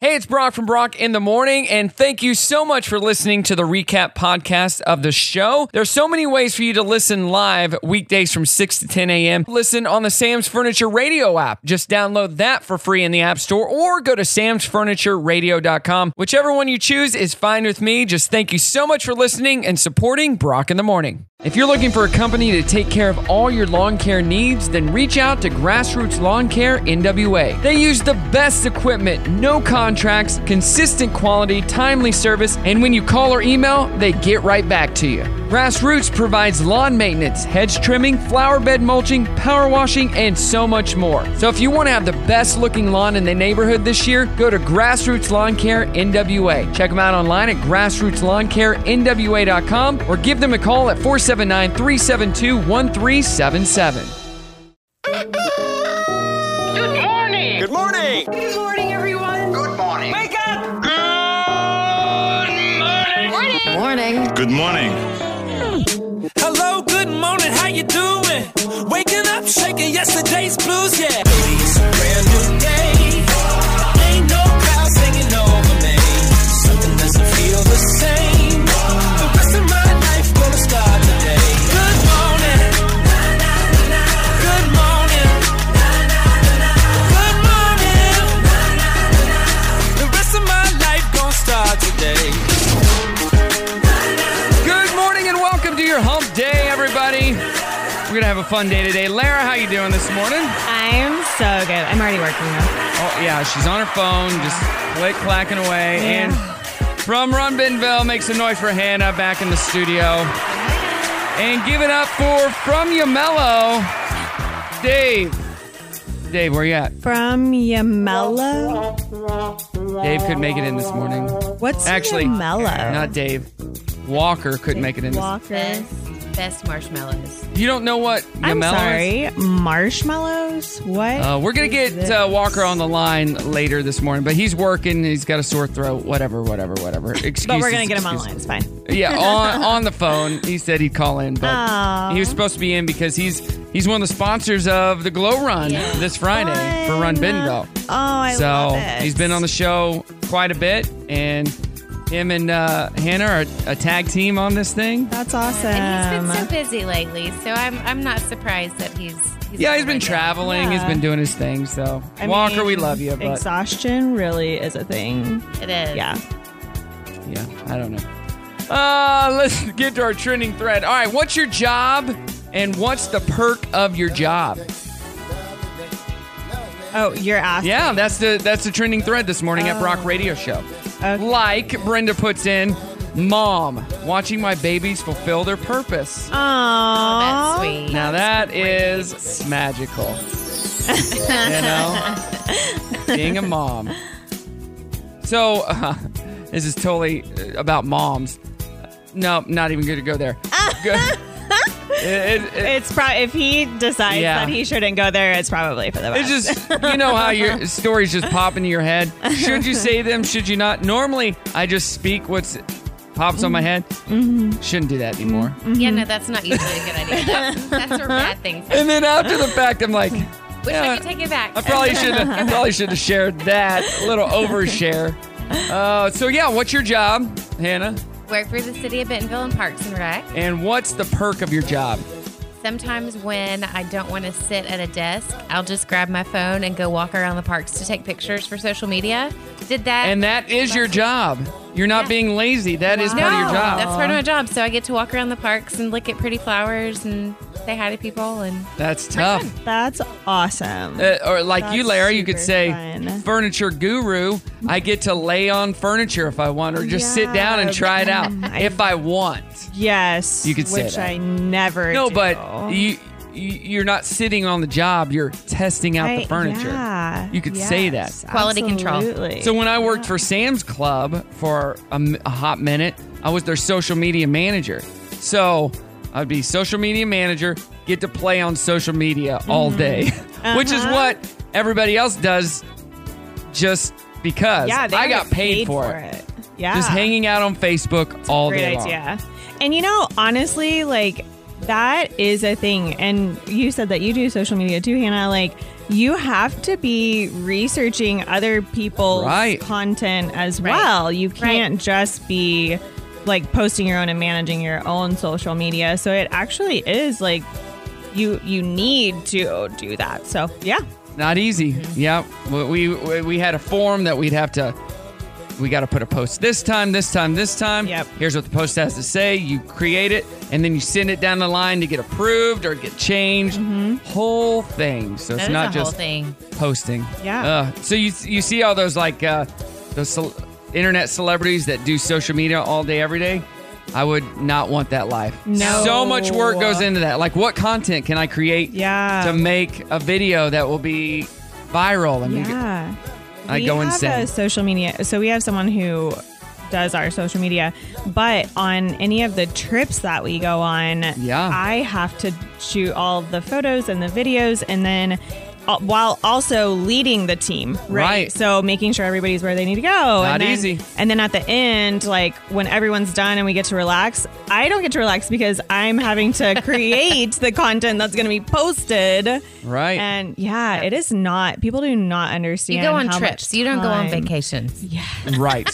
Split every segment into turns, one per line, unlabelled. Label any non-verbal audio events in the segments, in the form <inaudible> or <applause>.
Hey, it's Brock from Brock in the Morning, and thank you so much for listening to the recap podcast of the show. There's so many ways for you to listen live weekdays from 6 to 10 a.m. Listen on the Sam's Furniture Radio app. Just download that for free in the App Store or go to samsfurnitureradio.com. Whichever one you choose is fine with me. Just thank you so much for listening and supporting Brock in the Morning. If you're looking for a company to take care of all your lawn care needs, then reach out to Grassroots Lawn Care NWA. They use the best equipment, no contracts, consistent quality, timely service, and when you call or email, they get right back to you. Grassroots provides lawn maintenance, hedge trimming, flower bed mulching, power washing, and so much more. So if you want to have the best looking lawn in the neighborhood this year, go to Grassroots Lawn Care NWA. Check them out online at grassrootslawncarenwa.com or give them a call at 479 372 1377.
Good morning.
Good morning.
Good morning, everyone.
Good morning.
Wake up.
Good morning.
Morning.
Good morning.
Hello, good morning, how you doing? Waking up, shaking yesterday's blues, yeah. Baby, it's a brand new day. Ain't no clouds hanging over me. Something doesn't feel the same. The rest of my life gonna start today. Good morning. Good morning. Good morning. The rest of my life gonna start today.
Good morning and welcome to your hump day, everybody. We're going to have a fun day today. Lara, how you doing this morning?
I'm so good. I'm already working though.
Oh, yeah, she's on her phone, just click clacking away. And from Ron Benville, make some noise for Hannah back in the studio. And give it up for From Yamello, Dave. Dave, where you at?
From Yamela.
Dave couldn't make it in this morning.
What's
Actually,
Yamela?
not Dave. Walker couldn't make it in. This.
Walker.
best, best marshmallows.
You don't know what Yamello
I'm
is?
sorry. Marshmallows? What?
Uh, we're gonna
is
get uh,
this?
Walker on the line later this morning, but he's working. He's got a sore throat. Whatever, whatever, whatever. Excuses,
<laughs> But we're gonna get him
excuses.
online. It's fine.
Yeah,
<laughs>
on, on the phone. He said he'd call in, but
Aw.
he was supposed to be in because he's he's one of the sponsors of the Glow Run this Friday for Run Benville.
Oh, I
so
love it.
he's been on the show quite a bit, and him and uh, Hannah are a tag team on this thing.
That's awesome.
And
Um,
he's been so busy lately, so I'm I'm not surprised that he's. he's
Yeah,
on
he's been
right now.
traveling. He's
Yeah.
been doing his thing. So
I
Walker,
mean,
we love you, but
Exhaustion really is a thing.
It is.
Yeah.
yeah, I don't know. Uh, let's get to our trending thread. All right, what's your job, and what's the perk of your job?
Oh, you're asking.
Yeah, that's the that's the trending thread this morning at Brock Radio Show. Like Brenda puts in, mom watching my babies fulfill their purpose.
Aww.
Oh, That's sweet.
now that is magical. you know, being a mom. So <laughs> uh, this is totally uh, about moms. No, not even good to go there. Go- It- it- it-
It's probably if he decides
Yeah.
that he shouldn't go there, it's probably for the best.
It's just you know how your stories just pop into your head. Should you say them? Should you not? Normally, I just speak what's pops on my head. Shouldn't do that anymore.
Yeah, no, that's not usually a good
<laughs>
idea. That- that's where bad things happen.
And then after the fact, I'm like,
Which
yeah,
I can take it back.
I
<laughs>
probably should have probably should have shared that a little overshare. Uh, so yeah, what's your job, Hannah?
work for the city of Bentonville and Parks and Rec.
And what's the perk of your job?
Sometimes when I don't want to sit at a desk, I'll just grab my phone and go walk around the parks to take pictures for social media. Did that?
And that is your job. You're not being lazy. That is
no,
part of your job.
that's part of my job. So I get to walk around the parks and look at pretty flowers and say hi to people and.
That's tough.
That's awesome.
Uh, or like you,
That's
Larry, you could
super
say
fun.
furniture guru. I get to lay on furniture if I want, or just sit down and
Yeah.
try it out
<laughs> I-
if I want.
Yes,
You could say
which
that.
I never.
No,
do.
but you, you you're not sitting on the job. You're testing out the furniture.
yeah,
You could say that.
Quality control.
absolutely.
So when I worked for Sam's Club for a, m- a hot minute, I was their social media manager. So I'd be social media manager, get to play on social media all day, <laughs> which is
Mm-hmm. Uh-huh.
what everybody else does just because
yeah, they
I
would
got
get
paid, for, it.
Yeah,
Just hanging out on Facebook all
Great
day long.
idea. And you know, honestly, like that is a thing. And you said that you do social media too, Hannah. Like you have to be researching other people's
Right.
content as
Right.
well. You
Right.
can't just be like posting your own and managing your own social media. So it actually is like you you need to do that. So yeah.
Not easy. Yeah, we, we we had a form that we'd have to. We got to put a post this time, this time, this time.
Yep.
Here's what the post has to say. You create it, and then you send it down the line to get approved or get changed. Whole thing. So
Mm-hmm. That
it's
is
not
a
just
whole thing.
posting.
Yeah.
Uh, so you you see all those like uh, those cel- internet celebrities that do social media all day every day. I would not want that life.
No.
So much work goes into that. Like, what content can I create?
Yeah.
To make a video that will be viral and be-
Yeah.
I
we
go
have
insane.
A social media. So we have someone who does our social media, but on any of the trips that we go on,
Yeah.
I have to shoot all the photos and the videos, and then uh, while also leading the team, right?
Right.
So making sure everybody's where they need to go.
Not
and then,
easy.
And then at the end, like when everyone's done and we get to relax, I don't get to relax because I'm having to <laughs> create the content that's going to be posted.
right.
And yeah, it is not. People do not
You
understand.
go on
how much
trips. You don't go on
time-
vacations.
<laughs>
right.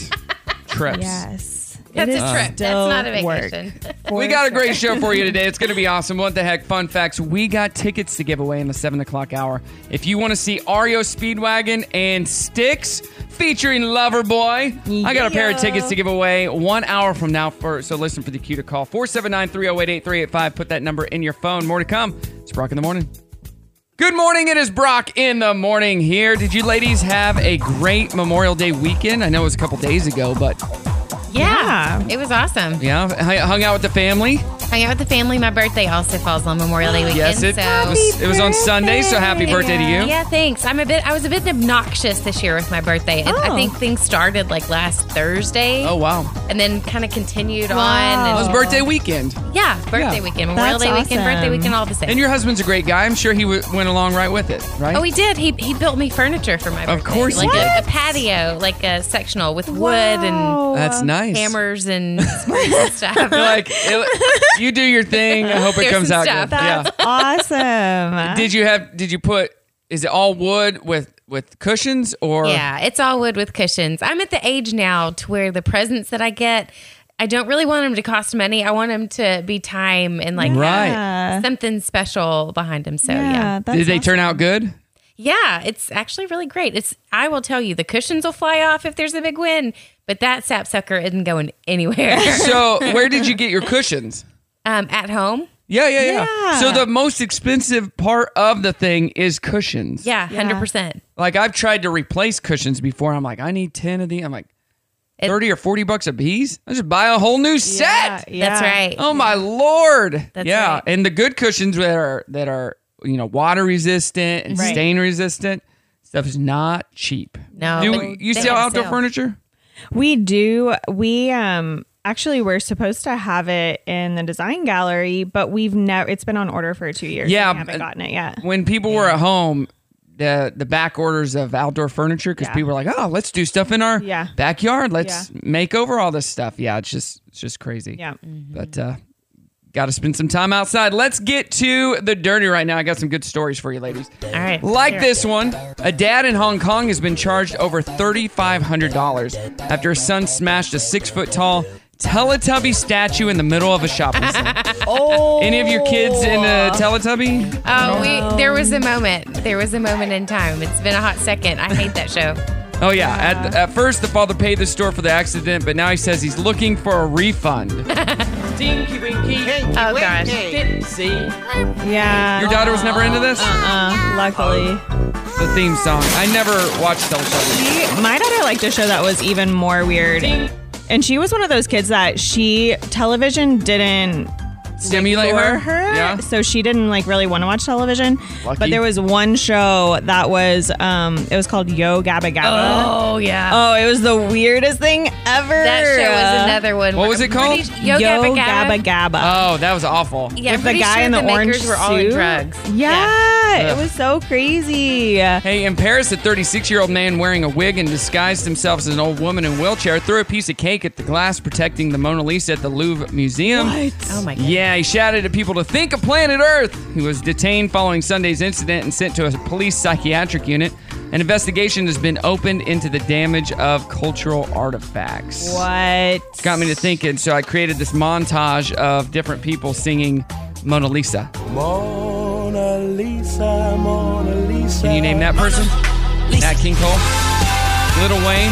Trips.
Yes, It
That's
is
a trip. That's
still
not a
work.
<laughs> vacation.
We got a great show for you today. It's going to be awesome. What the heck? Fun facts. We got tickets to give away in the 7 o'clock hour. If you want to see Ario Speedwagon and Sticks featuring Loverboy, I got a pair of
Yeah.
tickets to give away one hour from now. For, so listen for the cue to call 479 308 8385. Put that number in your phone. More to come. It's Brock in the morning. Good morning. It is Brock in the morning here. Did you ladies have a great Memorial Day weekend? I know it was a couple days ago, but
Yeah.
Yeah.
It was awesome.
yeah, I hung out with the family.
Hung out with the family. My birthday also falls on Memorial Day weekend.
Yes, it,
so.
was, it was on Sunday, so happy birthday to you.
Yeah, thanks. I'm a bit. I was a bit obnoxious this year with my birthday, and I
Oh.
think things started like last Thursday,
Oh, wow.
and then kind of continued
Wow.
on.
It was
And,
birthday weekend.
yeah, birthday
Yeah.
weekend, Memorial
That's
Day weekend, birthday
awesome.
weekend, all the same.
And your husband's a great guy. I'm sure he w- went along right with it, right?
Oh, he did. He, he built me furniture for my birthday.
Of course he
like
did.
A, a patio, like a sectional with wood
Wow.
That's nice.
and hammers and <laughs> screws and <laughs> stuff.
You're like, it- you do your thing. I hope it
There's
comes
some
out
stuff.
good. Yeah.
<laughs>
awesome.
Did you have? Did you put? Is it all wood with with cushions or?
Yeah, it's all wood with cushions. I'm at the age now to where the presents that I get, I don't really want them to cost money. I want them to be time and like
Right.
Yeah.
something special behind them. So
Yeah,
yeah.
that's
Did they turn out good?
yeah, it's actually really great. It's I will tell you, the cushions will fly off if there's a big win, but that sapsucker isn't going <laughs> anywhere.
So where did you get your cushions?
um, at home,
Yeah, yeah, yeah,
Yeah.
So the most expensive part of the thing is cushions.
yeah, hundred percent.
Like I've tried to replace cushions before. I'm like, I need ten of these. I'm like,
It-
thirty or forty bucks a piece. I just buy a whole new set.
Yeah.
That's right.
Oh my lord!
That's
yeah,
right.
and the good cushions that are that are you know water resistant and
Right.
stain resistant stuff is not cheap.
No,
Do
but
you
they
sell
have
outdoor
sale.
furniture?
We do. We um actually we're supposed to have it in the design gallery, but we've never. It's been on order for two years.
Yeah,
we haven't
but-
gotten it yet.
When people were at home, the the back orders of outdoor furniture because
Yeah.
people were like, oh, let's do stuff in our
Yeah.
backyard. Let's
Yeah.
make over all this stuff. Yeah, it's just it's just crazy.
Yeah.
Mm.
but. uh Got to spend some time outside. Let's get to the dirty right now. I got some good stories for you, ladies.
All right,
Like this one, a dad in Hong Kong has been charged over $3,500 after his son smashed a six foot tall Teletubby statue in the middle of a shopping center. <laughs> oh. Any of your kids in a Teletubby?
Oh, we, there was a moment. There was a moment in time. It's been a hot second. I hate that show.
Oh, yeah. At, at first, the father paid the store for the accident, but now he says he's looking for a refund. Dinky winky,
Oh gosh.
dipsy.
Yeah.
Your daughter was never into this?
Uh, luckily.
The theme song. I never watched Teletubby.
She- my daughter liked a show that was even more weird. And she was one of those kids that she television didn't
Stimulate
for
her?
her,
Yeah.
so she didn't like really want to watch television.
Lucky.
But there was one show that was um it was called Yo Gabba Gabba.
<laughs> Oh yeah.
Oh, it was the weirdest thing ever. ever.
That show was another one.
What
where-
was it
pretty-
called?
Yo, Gabba
Gabba
Gabba.
Gabba.
Oh, that was awful.
yeah,
With the
pretty
guy
sure
in the,
the
orange
makers were all in
suit.
drugs.
Yeah,
Yeah.
it was so crazy.
Hey, in Paris, a 36 year old man wearing a wig and disguised himself as an old woman in a wheelchair threw a piece of cake at the glass protecting the Mona Lisa at the Louvre Museum.
Oh my god.
Yeah, he shouted at people to think of planet Earth. He was detained following Sunday's incident and sent to a police psychiatric unit. An investigation has been opened into the damage of cultural artifacts.
What?
Got me to thinking, so I created this montage of different people singing Mona Lisa.
Mona Lisa, Mona Lisa.
Can you name that person? Nat King Cole, Little Wayne,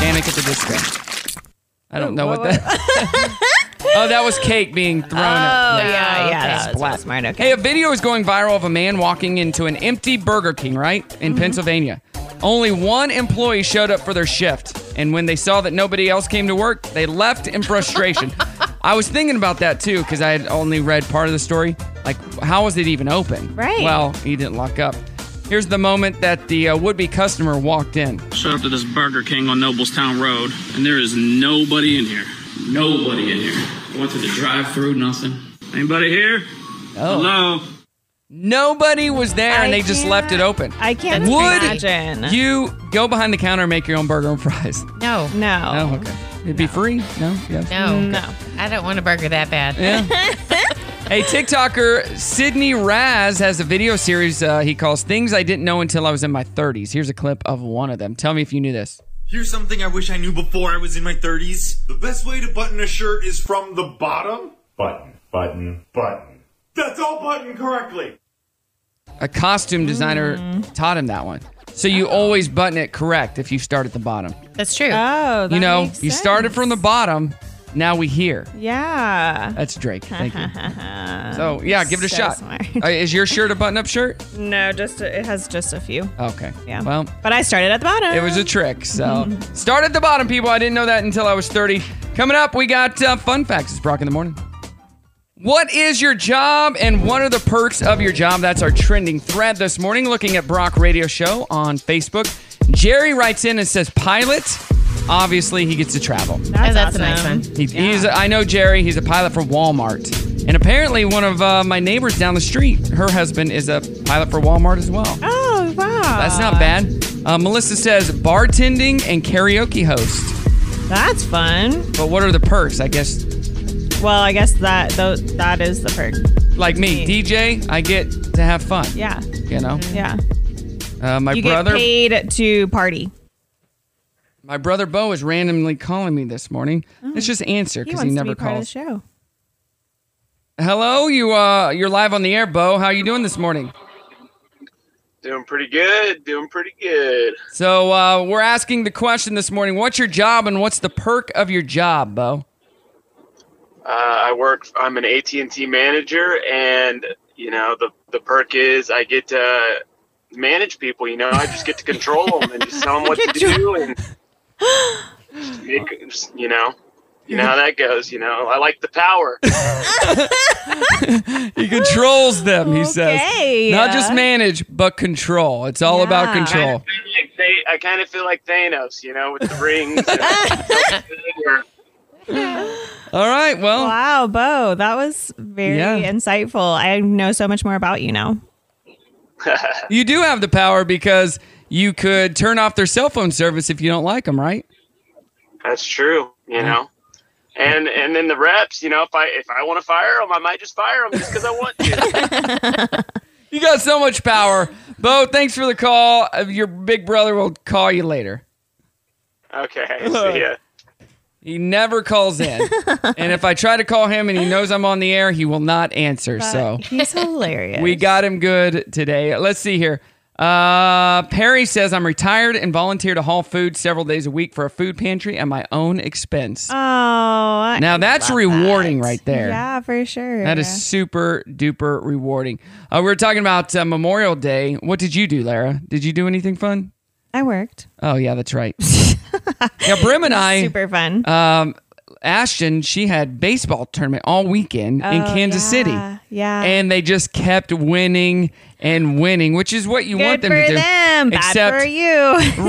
Panic at the Disco. I don't know what,
what
that. <laughs> oh, that was cake being thrown. at.
Oh yeah, yeah,
okay.
that was
Splat.
smart. Okay.
Hey, a video is going viral of a man walking into an empty Burger King, right? In
Mm-hmm.
Pennsylvania. Only one employee showed up for their shift. And when they saw that nobody else came to work, they left in
<laughs>
frustration. I was thinking about that too, because I had only read part of the story. Like, how was it even open?
Right.
Well, he didn't lock up. Here's the moment that the uh, would be customer walked in.
Showed up to this Burger King on Noblestown Road, and there is nobody in here. Nobody in here. Went through the drive-through, nothing. Anybody here?
Oh.
Hello.
Nobody was there, and
I
they just left it
can't-
open.
I can't
Would
imagine.
you go behind the counter and make your own burger and fries? <laughs>
No. No.
Oh,
no.
okay. It'd be free? No? Yes.
No.
I don't want a burger that bad.
Yeah. hey, TikToker Sydney Raz has a video series uh, he calls Things I Didn't Know Until I Was in My 30s. Here's a clip of one of them. Tell me if you knew this.
Here's something I wish I knew before I was in my 30s. The best way to button a shirt is from the bottom. Button, button, button. That's all buttoned correctly.
A costume designer
Mm.
taught him that one. So you always button it correct if you start at the bottom.
That's true.
Oh, that
you know,
makes
you started from the
sense.
bottom, now we hear.
Yeah.
That's Drake. Thank
<laughs>
you. so, yeah, give it a
So
shot.
smart.
Uh, is your shirt a button up shirt?
No, just a, it has just a few.
Okay.
Yeah.
Well,
but I started at the bottom.
It was a trick. So start at the bottom, people. I didn't know that until I was 30. Coming up, we got uh, fun facts. It's Brock in the morning. What is your job and what are the perks of your job? That's our trending thread this morning. Looking at Brock Radio Show on Facebook. Jerry writes in and says, Pilot. Obviously, he gets to travel.
Oh, that's a nice
awesome.
one.
He, He's I know Jerry. He's a pilot for Walmart. And apparently, one of uh, my neighbors down the street, her husband is a pilot for Walmart as well.
Oh wow.
That's not bad. Uh, Melissa says bartending and karaoke host.
That's fun.
But what are the perks? I guess,
Well, I guess that tho- that is the perk.
like me, DJ, I get to have fun.
Yeah.
You know,
Yeah.
uh, my
You
brother,
get paid to party.
my brother Bo is randomly calling me this morning. Let's just answer
Oh. He
because
wants
he,
to
never
be part of the
calls.
show.
Hello, you. Uh, you're live on the air, Bo. How you doing this morning?
Doing pretty good. Doing pretty good.
So uh, we're asking the question this morning: What's your job and what's the perk of your job, Bo?
Uh, I work. I'm an AT and T manager, and you know the the perk is I get to manage people. You know, I just get to control them and just tell them what to do, and just make, just, you know, you know how that goes. You know, I like the power.
He controls them. He
Okay.
says, not just manage, but control. It's all about
Yeah.
control.
Like they, I kind of feel like Thanos, you know, with the rings. and-
All right. Well,
Uh, Wow, Bo, that was very
Yeah.
insightful. I know so much more about you now.
<laughs>
You do have the power because you could turn off their cell phone service if you don't like them, right?
That's true. You know. And and then the reps, you know, if I if I want to fire them, I might just fire them just because I want to.
You got so much power. Bo, thanks for the call. Uh, Your big brother will call you later.
Okay, see ya.
He never calls
<laughs>
in. and if I try to call him and he knows I'm on the air, he will not answer. So
He's hilarious.
we got him good today. Let's see here. Uh, Perry says, I'm retired and volunteer to haul food several days a week for a food pantry at my own expense.
Oh, I-
now, that's rewarding right there.
yeah, for sure.
That is super duper rewarding. Uh, we were talking about uh, Memorial Day. What did you do, Lara? Did you do anything fun?
I worked.
Oh yeah, that's right.
<laughs>
yeah, Brim and I, uh,
Super fun.
Ashton, she had baseball tournament all weekend in
Oh,
Kansas
yeah,
City,
Yeah.
and they just kept winning and winning, which is what you want
Good
them
for
to do.
them. Bad
except
for you.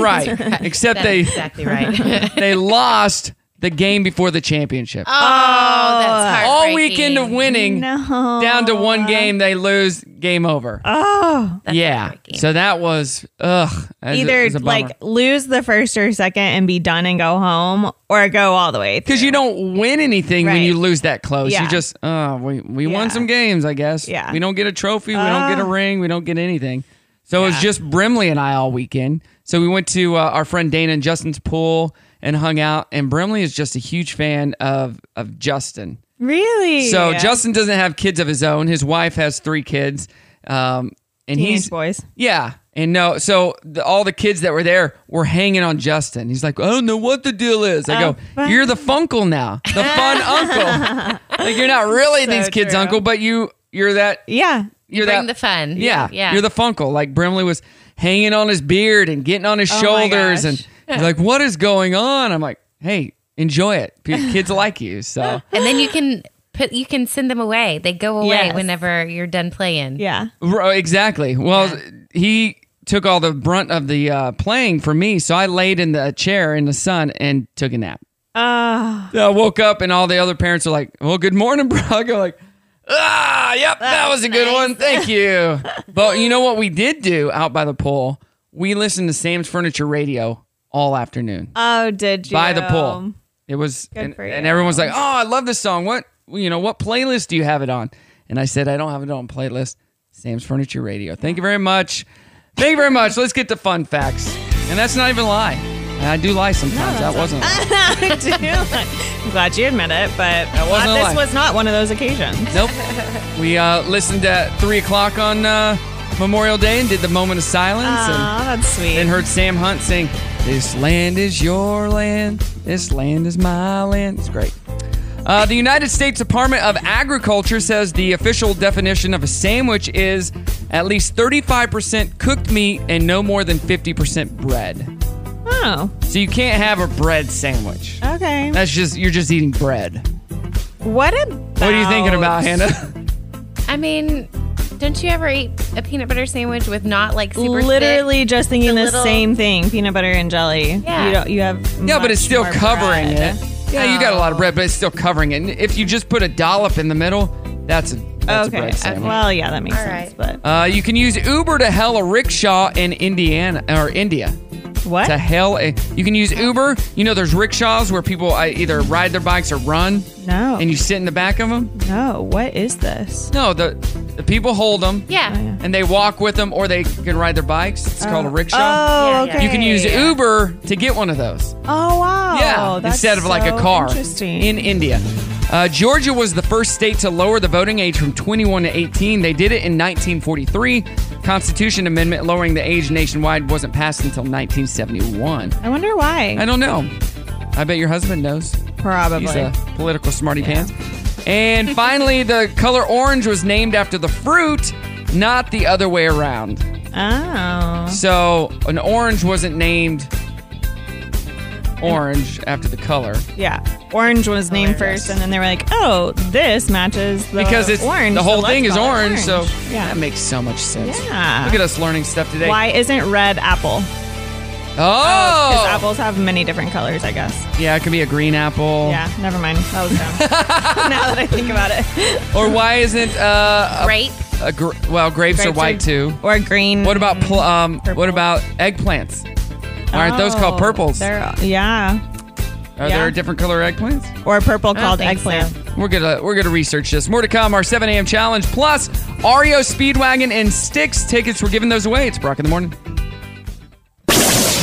<laughs>
<laughs>
right, except
That's
they
exactly right. Oh,
they lost the game before the championship.
oh, that's
All
heartbreaking.
weekend of winning,
No.
down to one game, they lose. Game over.
Oh.
That's
yeah.
heartbreaking.
So that was ugh. that was a-
Either
was a bummer.
like lose the first or second and be done and go home, or go all the way. through.
Because you don't win anything when
Right.
you lose that close.
Yeah.
You just, oh, we, we
Yeah.
won some games, I guess.
Yeah.
We don't get a trophy. We don't get a ring. We don't get anything. So it was just Brimley and I all weekend. So we went to uh, our friend Dana and Justin's pool and hung out. And Brimley is just a huge fan of, of Justin.
really.
So Justin doesn't have kids of his own. His wife has three kids. Um, and
Teenage
he's
boys.
yeah, and no, so the, all the kids that were there were hanging on Justin. He's like, I don't know what the deal is. I
Oh,
go,
fun.
you're the Funkle now,
<laughs>
the fun uncle. Like you're not really
So
these kids'
true.
uncle, but you you're that
Yeah.
you're
Bring the
that
fun.
yeah,
Yeah.
You're the Funkle. Like Brimley was hanging on his beard and getting on his
Oh my
shoulders, and
gosh.
he's like, what is going on? I'm like, hey, enjoy it. P- Kids like you,
<laughs>
so.
and then you can put you can send them away. They go away
Yes.
whenever you're done playing.
Yeah.
Ro- uh, Exactly. Well, he took all the brunt of the uh, playing for me, so I laid in the chair in the sun and took a nap.
Oh.
So I woke up and all the other parents are like, "Well, good morning, <laughs> bro." I go like, "Ah, yep, that was a good one. Thank <laughs> you." but you know what we did do out by the pool? We listened to Sam's Furniture Radio all afternoon
Oh. Did you
by the
<laughs>
pool. It was,
Good
and,
for
and
you.
everyone's like, "Oh, I love this song. What you know? What playlist do you have it on?" And I said, "I don't have it on playlist. Sam's Furniture Radio. Thank you very much. Thank you very much. Let's get to fun facts. And that's not even a lie. And I do lie sometimes. that wasn't. a lie.
<laughs> I do. I'm glad you admit it, but
wasn't a
this
lie.
was not one of those occasions.
Nope. We uh, listened at three o'clock on uh, Memorial Day and did the moment of silence. and-
Aw, that's sweet.
and heard Sam Hunt sing, This land is your land, this land is my land. It's great. Uh, the United States Department of Agriculture says the official definition of a sandwich is at least 35% cooked meat and no more than 50% bread.
oh.
So you can't have a bread sandwich.
Okay.
That's just, you're just eating bread.
What about?
What are you thinking about,
<laughs>
Hannah?
I mean, don't you ever eat a peanut butter sandwich with not like super
Literally
thick?
just thinking
The
the
little-
same thing: peanut butter and jelly.
Yeah.
You, don't, you have.
yeah, but it's
much
still
more
covering
bread.
it. Yeah, you got a lot of bread, but it's still covering it. And if you just put a dollop in the middle, that's a, that's
Okay.
a bread
okay.
sandwich.
Well, yeah, that makes
All
sense.
right.
Uh, you can use Uber to hell a rickshaw in Indiana or India.
But what?
To hell, a, you can use Uber. You know, there's rickshaws where people uh, either ride their bikes or run,
No.
and you sit in the back of them.
no. What is this?
No, the, the people hold them,
Yeah.
Oh,
and they walk with them, or they can ride their bikes. It's called a rickshaw.
Oh,
Yeah,
okay.
yeah.
You can use Uber to get one of those.
Oh wow.
Yeah,
That's
instead of like a
so
car
Interesting.
in India. Uh, Georgia was the first state to lower the voting age from 21 to 18. They did it in 1943. Constitution amendment lowering the age nationwide wasn't passed until 1971.
I wonder why.
I don't know. I bet your husband knows.
Probably.
He's a political smarty pants. And finally,
<laughs>
the color orange was named after the fruit, not the other way around.
Oh.
So an orange wasn't named orange after the color.
Yeah.
Oh
Orange was named first, and then they were like, "Oh, this matches the
because it's
orange."
the
so
whole
let's
thing is
call it
orange, so
yeah.
that makes so much sense.
Yeah.
Look at us learning stuff today.
Why isn't red apple? Because
Oh,
apples have many different colors, I guess.
yeah, it could be a green apple.
Yeah. Never mind. That was
<laughs>
dumb. now that I think about it,
Or why isn't uh,
Grape.
a, a gr- well grapes, are
Grapes
white too?
Or green.
What about pl- um? What
Purple.
about eggplants? Aren't those
Oh,
called purples? Are
They're, yeah. yeah.
there different color eggplants?
Or purple
don't
called
think so.
eggplant.
We're gonna we're gonna research this. More to come. Our 7 a.m. challenge plus Ario Speedwagon and Sticks tickets. We're giving those away. It's Brock in the morning.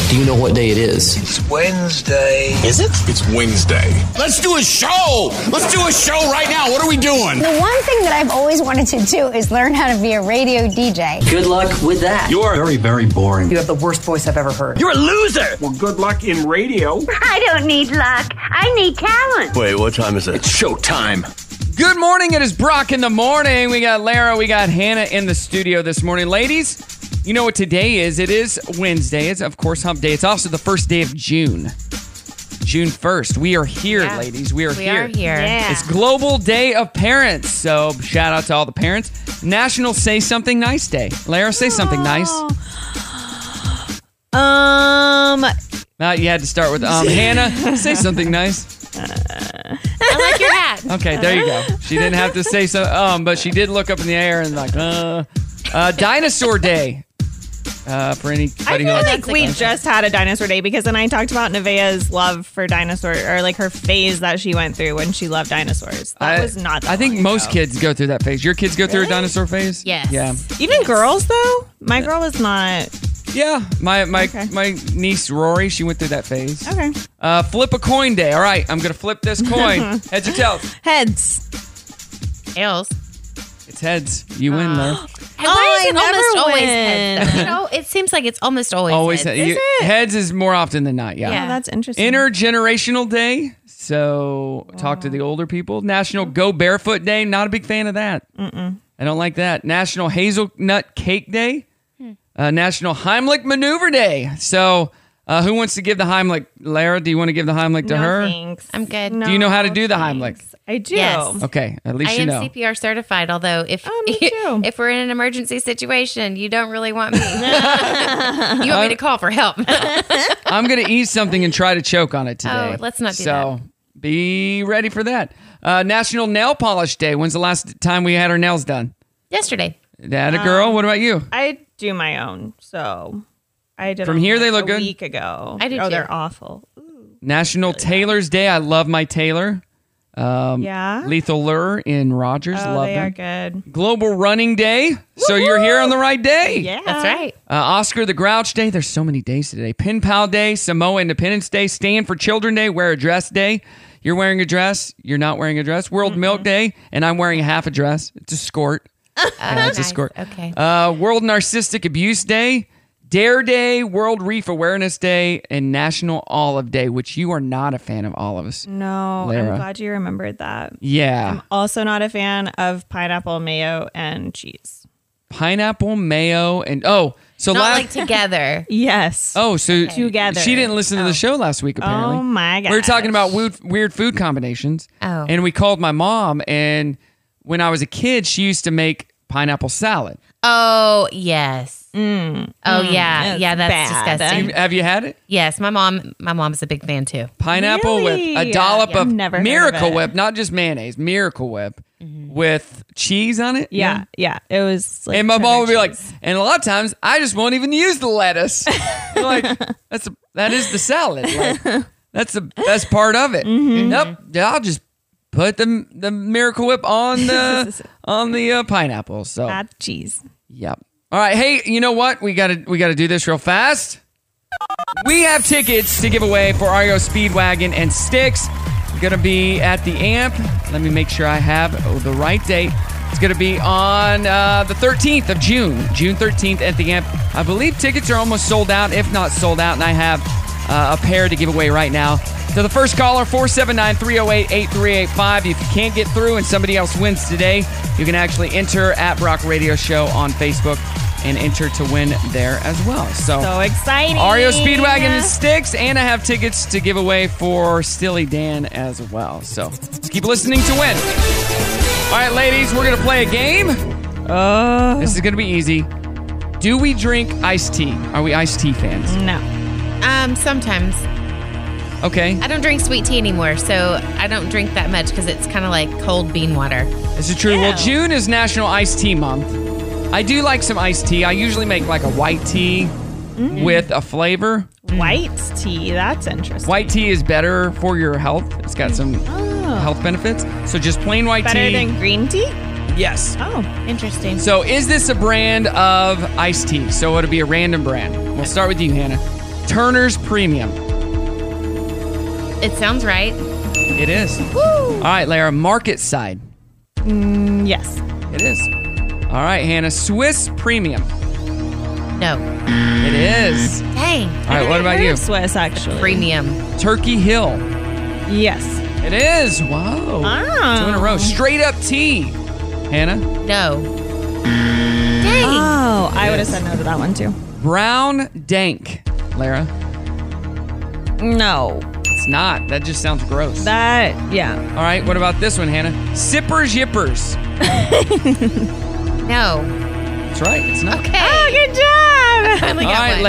Do you know what day it is?
Wednesday. Is it? It's Wednesday. Let's do a show. Oh, Let's do a show right now. What are we doing?
The one thing that I've always wanted to do is learn how to be a radio DJ.
Good luck with that.
You're very, very boring.
You have the worst voice I've ever heard.
You're a loser. Well, good luck in radio.
I don't need luck. I need talent.
Wait, what time is it? It's showtime.
Good morning. It is Brock in the morning. We got Lara, we got Hannah in the studio this morning. Ladies, you know what today is? It is Wednesday. It's, of course, hump day. It's also the first day of June. June 1st. We are here,
Yeah.
ladies. We are
We
here.
are here.
It's Global Day of Parents. So shout out to all the parents. National Say Something Nice Day. Lara, say something nice.
Um,
Now you had to start with <laughs> um, Hannah. Say something nice.
I like your hat.
<laughs> Okay, there you go. She didn't have to say so, um, but she did look up in the air and like, uh, uh dinosaur day. Uh, for
I
anybody who
feel
likes-
like we just had a dinosaur day because then I talked about Nevaeh's love for dinosaur or like her phase that she went through when she loved dinosaurs. That
I,
was not. That
I think
long
most
ago.
kids go through that phase. Your kids go through a
Really?
dinosaur phase.
Yes.
Yeah.
Even girls though. My girl was not.
Yeah. My my my niece Rory, she went through that phase.
Okay.
Uh, flip a coin day. All right, I'm gonna flip this
<laughs>
coin. heads or tails?
Heads.
Tails.
It's heads. You win,
<gasps>
Lara.
And why is
I
it almost
never
always
win.
<laughs> heads? though? You know, it seems like it's almost always
Always
heads.
he- heads is more often than not. Yeah.
Yeah, Oh, that's interesting.
Intergenerational Day. So talk to the older people. National Go Barefoot Day. Not a big fan of that.
Mm-mm.
I don't like that. National Hazelnut Cake Day.
Hmm.
Uh, National Heimlich Maneuver Day. So uh, who wants to give the Heimlich? Lara, do you want to give the Heimlich to
No,
her?
thanks.
I'm good.
do you know how to do the Heimlich?
I do.
Yes.
Okay, at least
I
you
am
know.
CPR certified, although if <laughs> if we're in an emergency situation, you don't really <laughs> want me. you want me
Uh,
to call for help. <laughs>
I'm going to eat something and try to choke on it today.
Oh, let's not do
so be ready for that. Uh, National Nail Polish Day. When's the last time we had our nails done?
Yesterday.
That a girl.
Um,
what about you?
I do my own, so I did
From
them,
here, they
like,
look
a
good?
Week ago,
I do
Oh,
too.
they're awful.
National Tailor's Day. I love my tailor. Um,
Yeah?
Lethal Lure in Rogers.
Oh,
love
they
them.
are good.
Global Running Day. So you're here on the right day.
Yeah,
That's right.
Uh, Oscar the Grouch Day. There's so many days today. Pin Pal Day, Samoa Independence Day, Stand for Children Day, Wear a Dress Day. You're wearing a dress. You're not wearing a dress. World Milk Day, and I'm wearing a half a dress. It's a
<laughs>
skirt. Yeah, it's a
nice.
skirt.
Okay.
Uh, World Narcissistic Abuse Day, Dare Day, World Reef Awareness Day, and National Olive Day, which you are not a fan of olives.
No,
Lara.
I'm glad you remembered that.
Yeah.
I'm also not a fan of pineapple mayo and cheese.
Pineapple, mayo, and oh, so
Not
last. <laughs>
like together.
Yes.
Oh, so
Together.
She didn't listen to the show last week. Apparently,
Oh my
We were talking
gosh. Mm.
about weird, weird food combinations.
Oh.
and we called my mom. And when I was a kid, she used to make pineapple salad.
Oh yes. oh yeah.
that's
yeah, that's
bad.
disgusting.
Have you had it?
Yes, my mom my mom's a big fan too.
Pineapple whip, a
Really?
dollop
Yeah.
of
Never heard of
Miracle
it. Mm-hmm.
Whip, not just mayonnaise, Miracle Whip with cheese on it.
Yeah, yeah. It was like
And my
cheddar
mom would be like,
cheese.
and a lot of times I just won't even use the lettuce. I'm like that's a, that is the salad. Like, that's the best part of it. Nope, I'll just put the the Miracle Whip on the on the uh, pineapple. So
bad cheese.
Yep. All right. Hey, you know what? We gotta we gotta do this real fast. We have tickets to give away for Ario Speedwagon and Sticks. Gonna be at the Amp. Let me make sure I have the right date. It's gonna be on uh, the 13th of June, June 13th at the Amp. I believe tickets are almost sold out, if not sold out, and I have uh, a pair to give away right now. To the first caller, 479 308 8385. If you can't get through and somebody else wins today, you can actually enter at Brock Radio Show on Facebook and enter to win there as well. So,
Oh,
So exciting.
Ario Speedwagon and Sticks, and I have tickets to give away for Stilly Dan as well. So keep listening to win. All right, ladies, we're gonna play a game.
Oh
This is gonna be easy. Do we drink iced tea? Are we iced tea fans?
no.
Um sometimes
Okay,
I don't drink sweet tea anymore, so I don't drink that much because it's kind of like cold bean water.
this is true. Well, June is National Iced Tea Month. I do like some iced tea. I usually make like a white tea
Mm.
with a flavor.
White tea. That's interesting.
White tea is better for your health. It's got some health benefits. So just plain white
Oh. Better
tea.
than green tea?
yes.
Oh, interesting.
So, is this a brand of iced tea? So, it'll be a random brand. We'll start with you, Hannah. Turner's Premium.
It sounds right.
It is. All right, Lara. Market side.
Mm, yes.
It is. All right, Hannah. Swiss Premium.
No.
It is.
Dang.
All right, what about
Heard
you?
of Swiss actually.
Premium.
Turkey Hill.
Yes.
It is. Wow.
Oh.
Two in a row. Straight up tea. Hannah.
No.
Ah.
Dang.
Oh, I would have said no to that one too.
Brown Dank. Lara.
No.
It's not. That just sounds gross.
That yeah.
All right, what about this one, Hannah? Sippers Yippers.
No.
That's right. It's not.
Okay. Oh, good job. I finally
All
got
right,
one.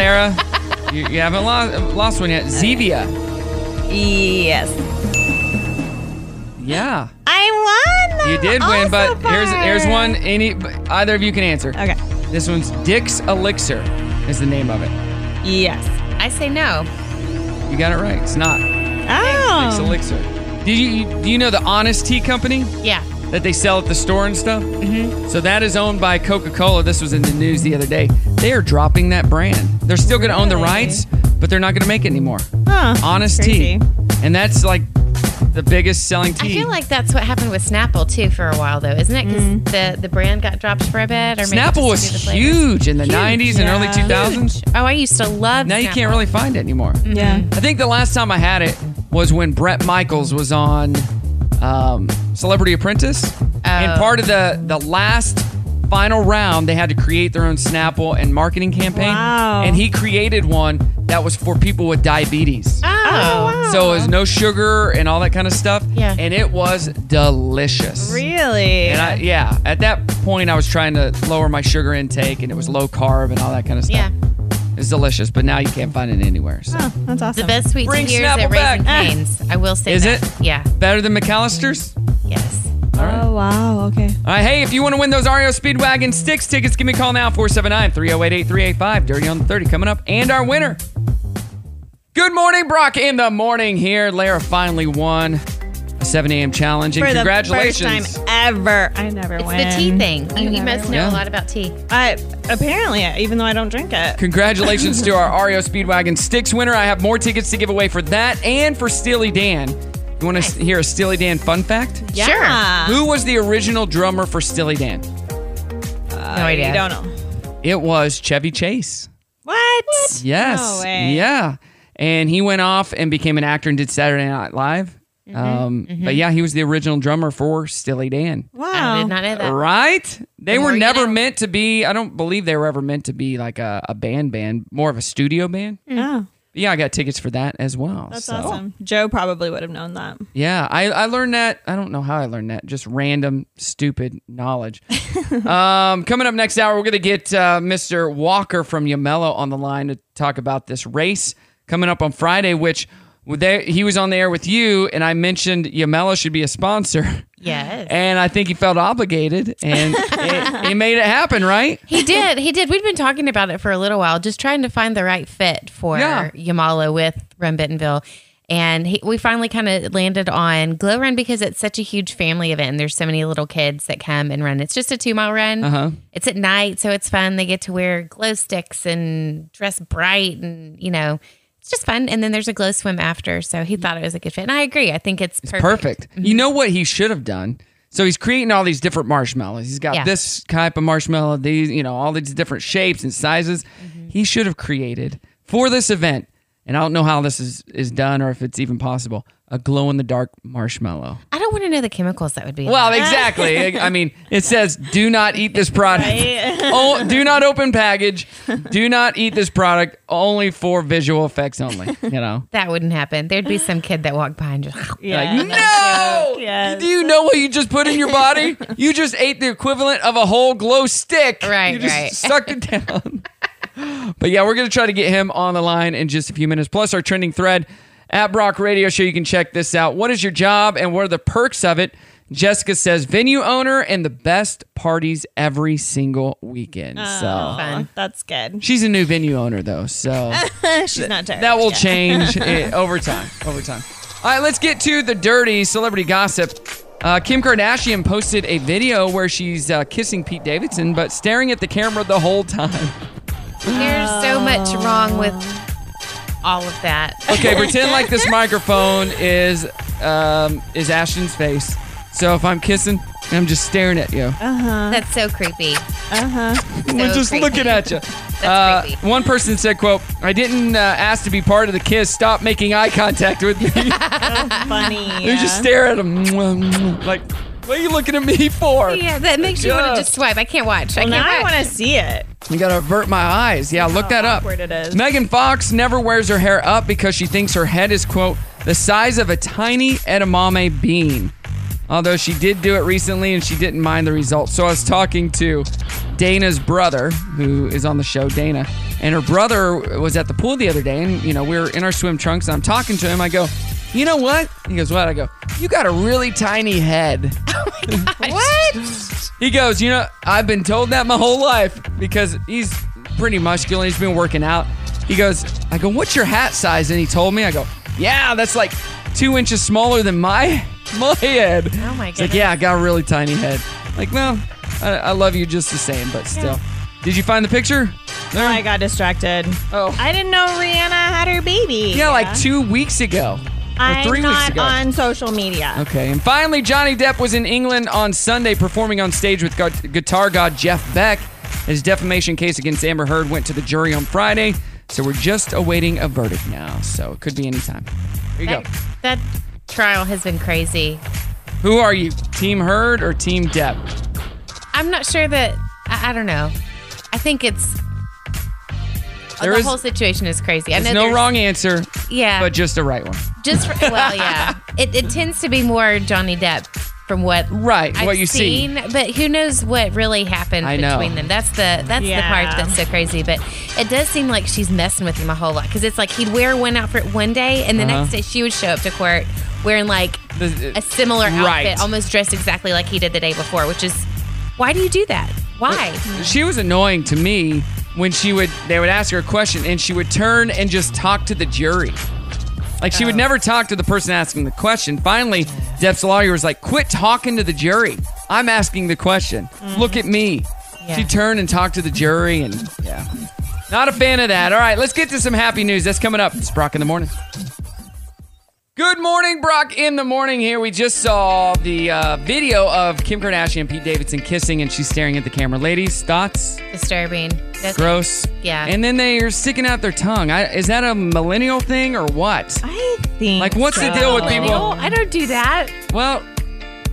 Lara.
<laughs>
you, you haven't lost, lost one yet. Zevia.
Yes.
Yeah.
I won.
You did win, but here's here's one any either of you can answer.
Okay.
This one's Dick's Elixir is the name of it.
Yes.
I say no.
You got it right. It's not. Dick's
Oh.
Elixir. Do you do you know the Honest Tea Company
Yeah.
that they sell at the store and stuff?
Mm-hmm.
So that is owned by Coca-Cola. This was in the news the other day. They are dropping that brand. They're still going to own the rights, but they're not going to make it anymore.
Huh.
Honest
Crazy.
tea. And that's like the biggest selling tea.
I feel like that's what happened with Snapple too for a while though, isn't it? Because the, the brand got dropped for a bit, or maybe
Mm.
just
Snapple was
due to the flavor.
huge in the 90s and early
yeah.
2000s.
Oh, I used to love.
Now you
Snapple.
can't really find it anymore.
Mm-hmm.
Yeah.
I think the last time I had it was when Brett Michaels was on um, Celebrity Apprentice,
Oh.
and part of the the last final round, they had to create their own Snapple and marketing campaign,
Wow.
and he created one that was for people with diabetes.
Oh,
So it was no sugar and all that kind of stuff.
Yeah.
And it was delicious.
Really?
And I, yeah, at that point, I was trying to lower my sugar intake, and it was low carb and all that kind of stuff.
yeah,
It's delicious, but now you can't find it anywhere. So.
Oh, that's
the
awesome.
best sweet
Bring
tea here is
Snapple
at Raising
back.
Cane's. I will say.
Is
that.
it?
Yeah.
Better than McAllister's?
Yes.
All right.
Oh wow. Okay.
All right, hey, if you want to win those REO Speedwagon Sticks tickets, give me a call now, 479-308-8385. Dirty on the 30 coming up, and our winner. Good morning, Brock, in the morning here. Lara finally won a 7 a.m. challenge, and
For
congratulations.
the first time ever, I never
It's
win.
the tea thing. You, you
never
must know
Yeah.
a lot about tea.
I apparently, even though I don't drink it.
Congratulations to our REO Speedwagon Sticks winner. I have more tickets to give away for that and for Steely Dan. You want to hear a Steely Dan fun fact?
Yeah.
Who was the original drummer for Steely Dan?
no idea.
I don't know.
It was Chevy Chase.
What?
Yes.
No way.
Yeah. And he went off and became an actor and did Saturday Night Live.
Mm-hmm.
Um, But yeah, he was the original drummer for Steely Dan.
I
Wow.
did not know that.
Right? They
The more
were
you
never
know.
meant to be, I don't believe they were ever meant to be like a, a band band, more of a studio band.
Oh,
But yeah, I got tickets for that as well.
that's
so.
awesome. Joe probably would have known that.
Yeah, I, I learned that. I don't know how I learned that. Just random, stupid knowledge. um, coming up next hour, we're going to get uh, Mr. Walker from Yamelo on the line to talk about this race coming up on Friday, which they, he was on the air with you, and I mentioned Yamelo should be a sponsor.
Yes.
And I think he felt obligated, and it, he made it happen, right?
He did. He did. We'd been talking about it for a little while, just trying to find the right fit for
Yeah.
Yamala with Run Bentonville. And he, we finally kind of landed on Glow Run because it's such a huge family event. And there's so many little kids that come and run. It's just a two mile run.
Uh-huh.
It's at night, so it's fun. They get to wear glow sticks and dress bright, and you know, it's just fun. And then there's a glow swim after. So he thought it was a good fit, and I agree. I think it's perfect.
Perfect. You know what he should have done? So he's creating all these different marshmallows. He's got
Yeah.
this type of marshmallow, these, you know, all these different shapes and sizes. He should have created for this event, and I don't know how this is, is done or if it's even possible, a glow in the dark marshmallow.
I don't want to know the chemicals that would be. in
Well,
it.
exactly. I mean, it says do not eat this product. Oh, do not open package. Do not eat this product only for visual effects only, you know.
that wouldn't happen. There'd be some kid that walked behind <laughs> you.
Yeah.
Like, no!
Yes.
Do you know what you just put in your body? You just ate the equivalent of a whole glow stick.
Right,
You just
right.
sucked it down. but yeah, we're going to try to get him on the line in just a few minutes. Plus, our trending thread at Brock Radio Show. You can check this out. What is your job and what are the perks of it? Jessica says venue owner and the best parties every single weekend. so
Oh, that's good.
she's a new venue owner, though. So.
She's not tired.
That will
<laughs>
change eh, over time. Over time. All right, let's get to the dirty celebrity gossip. Uh, Kim Kardashian posted a video where she's uh, kissing Pete Davidson, but staring at the camera the whole time. <laughs>
There's so much
Oh.
wrong with all of that.
Okay, pretend like this microphone is um, is Ashton's face. So if I'm kissing, I'm just staring at you.
<laughs> That's so creepy.
We're just
creepy.
looking at you. Uh,
creepy.
one person said, "quote I didn't uh, ask to be part of the kiss. Stop making eye contact with me." <laughs>
Funny.
You just stare at him like, "What are you looking at me for?"
Yeah, that makes you want
Yeah.
to just swipe. I can't watch. I
Well, now I
can't
want
watch.
to see it.
You gotta avert my eyes. Yeah, look that up.
awkward it is.
Megan Fox never wears her hair up because she thinks her head is, quote, the size of a tiny edamame bean. Although she did do it recently and she didn't mind the results. So I was talking to Dana's brother, who is on the show, Dana, and her brother was at the pool the other day. And, you know, we were in our swim trunks and I'm talking to him. I go, you know what? He goes, what? I go, you got a really tiny head.
What?
He goes, you know, I've been told that my whole life because he's pretty muscular. He's been working out. He goes, I go, what's your hat size? And he told me, I go, yeah, that's like two inches smaller than my <laughs> my head.
Oh my
He's like, yeah, I got a really tiny head. Like, well, I, I love you just the same, but still. Did you find the picture? No,
I got distracted.
Oh,
I didn't know Rihanna had her baby.
yeah, like two weeks ago or
I'm
three weeks
not
ago.
on social media.
Okay, and finally, Johnny Depp was in England on Sunday performing on stage with gu- guitar god Jeff Beck. His defamation case against Amber Heard went to the jury on Friday, so we're just awaiting a verdict now. So it could be any time. Here you go.
that, that trial has been crazy.
Who are you, Team Heard or Team Depp?
I'm not sure that I, I don't know. I think it's
There
the
is-
whole situation is crazy. I
There's no
know there's-
wrong answer,
Yeah,
but just the right one.
just for,
<laughs>
well, yeah. It, it tends to be more Johnny Depp from what
Right,
I've
what you see.
seen, but who knows what really happened
I know.
between them? That's the that's
Yeah.
the part that's so crazy. But it does seem like she's messing with him a whole lot because it's like he'd wear one outfit one day, and the
Uh-huh.
next day she would show up to court wearing like
The-
a similar outfit,
Right.
almost dressed exactly like he did the day before. Which is why do you do that? Why?
She was annoying to me when she would they would ask her a question and she would turn and just talk to the jury. Like she would never talk to the person asking the question. Finally, Depp's lawyer was like, "Quit talking to the jury. I'm asking the question. Look at me."
Yeah.
She turned and talked to the jury and yeah. Not a fan of that. All right, let's get to some happy news. That's coming up. It's Brock in the morning. Good morning, Brock. In the morning, here we just saw the uh, video of Kim Kardashian and Pete Davidson kissing, and she's staring at the camera. Ladies, thoughts?
Disturbing. That's
Gross.
Yeah.
And then they are sticking out their tongue. I, is that a millennial thing or what?
I think.
Like, what's the deal with people?
Millennial? I don't do that.
Well,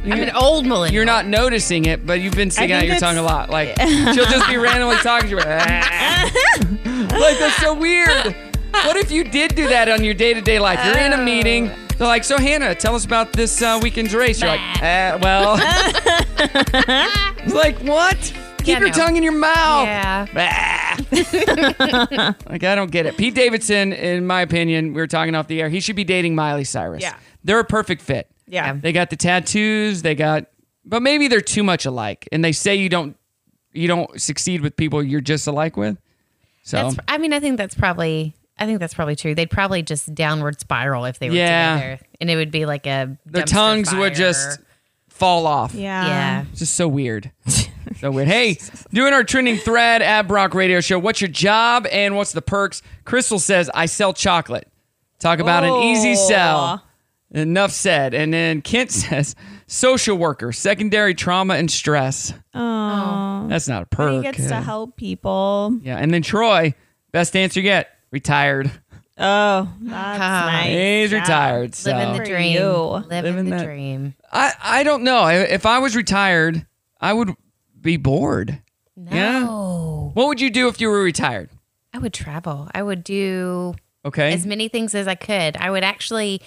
I'm an old millennial.
you're not noticing it, but you've been sticking
I
out
think
your
that's-
tongue a lot.
<laughs>
Like she'll just be randomly talking to you. <laughs> "Ah." like that's so weird. What if you did do that on your day to day life? You're in
Oh.
a meeting. They're like, so Hannah, tell us about this uh, weekend's race. You're like, uh,
<laughs>
well, it's like what? Keep
Yeah,
your
no.
tongue in your mouth.
Yeah.
Ah. like I don't get it. Pete Davidson, in my opinion, we were talking off the air. He should be dating Miley Cyrus.
Yeah.
they're a perfect fit.
Yeah.
They got the tattoos, they got but maybe they're too much alike and they say you don't you don't succeed with people you're just alike with. So
That's, I mean, I think that's probably. I think that's probably true. They'd probably just downward spiral if they were
Yeah.
together, and it would be like a
their
dumpster
tongues would
fire.
just fall off.
Yeah.
yeah.
It's just so weird. <laughs> so weird. Hey, doing our trending thread at Brock Radio Show. What's your job and what's the perks? Crystal says, I sell chocolate. Talk about an easy
Oh.
sell. Enough said. And then Kent <laughs> says, social worker, secondary trauma and stress.
Oh.
That's not a
He
perk.
gets to
Uh,
help people.
Yeah, and then Troy, best answer yet, retired.
Oh, that's nice.
He's
Yeah.
retired. So
Living the
For
dream.
you.
Living,
Living
the
that-
dream.
I, I don't know. I- If I was retired, I would be bored.
No.
What would you do if you were retired?
I would travel. I would do
Okay.
as many things as I could. I would actually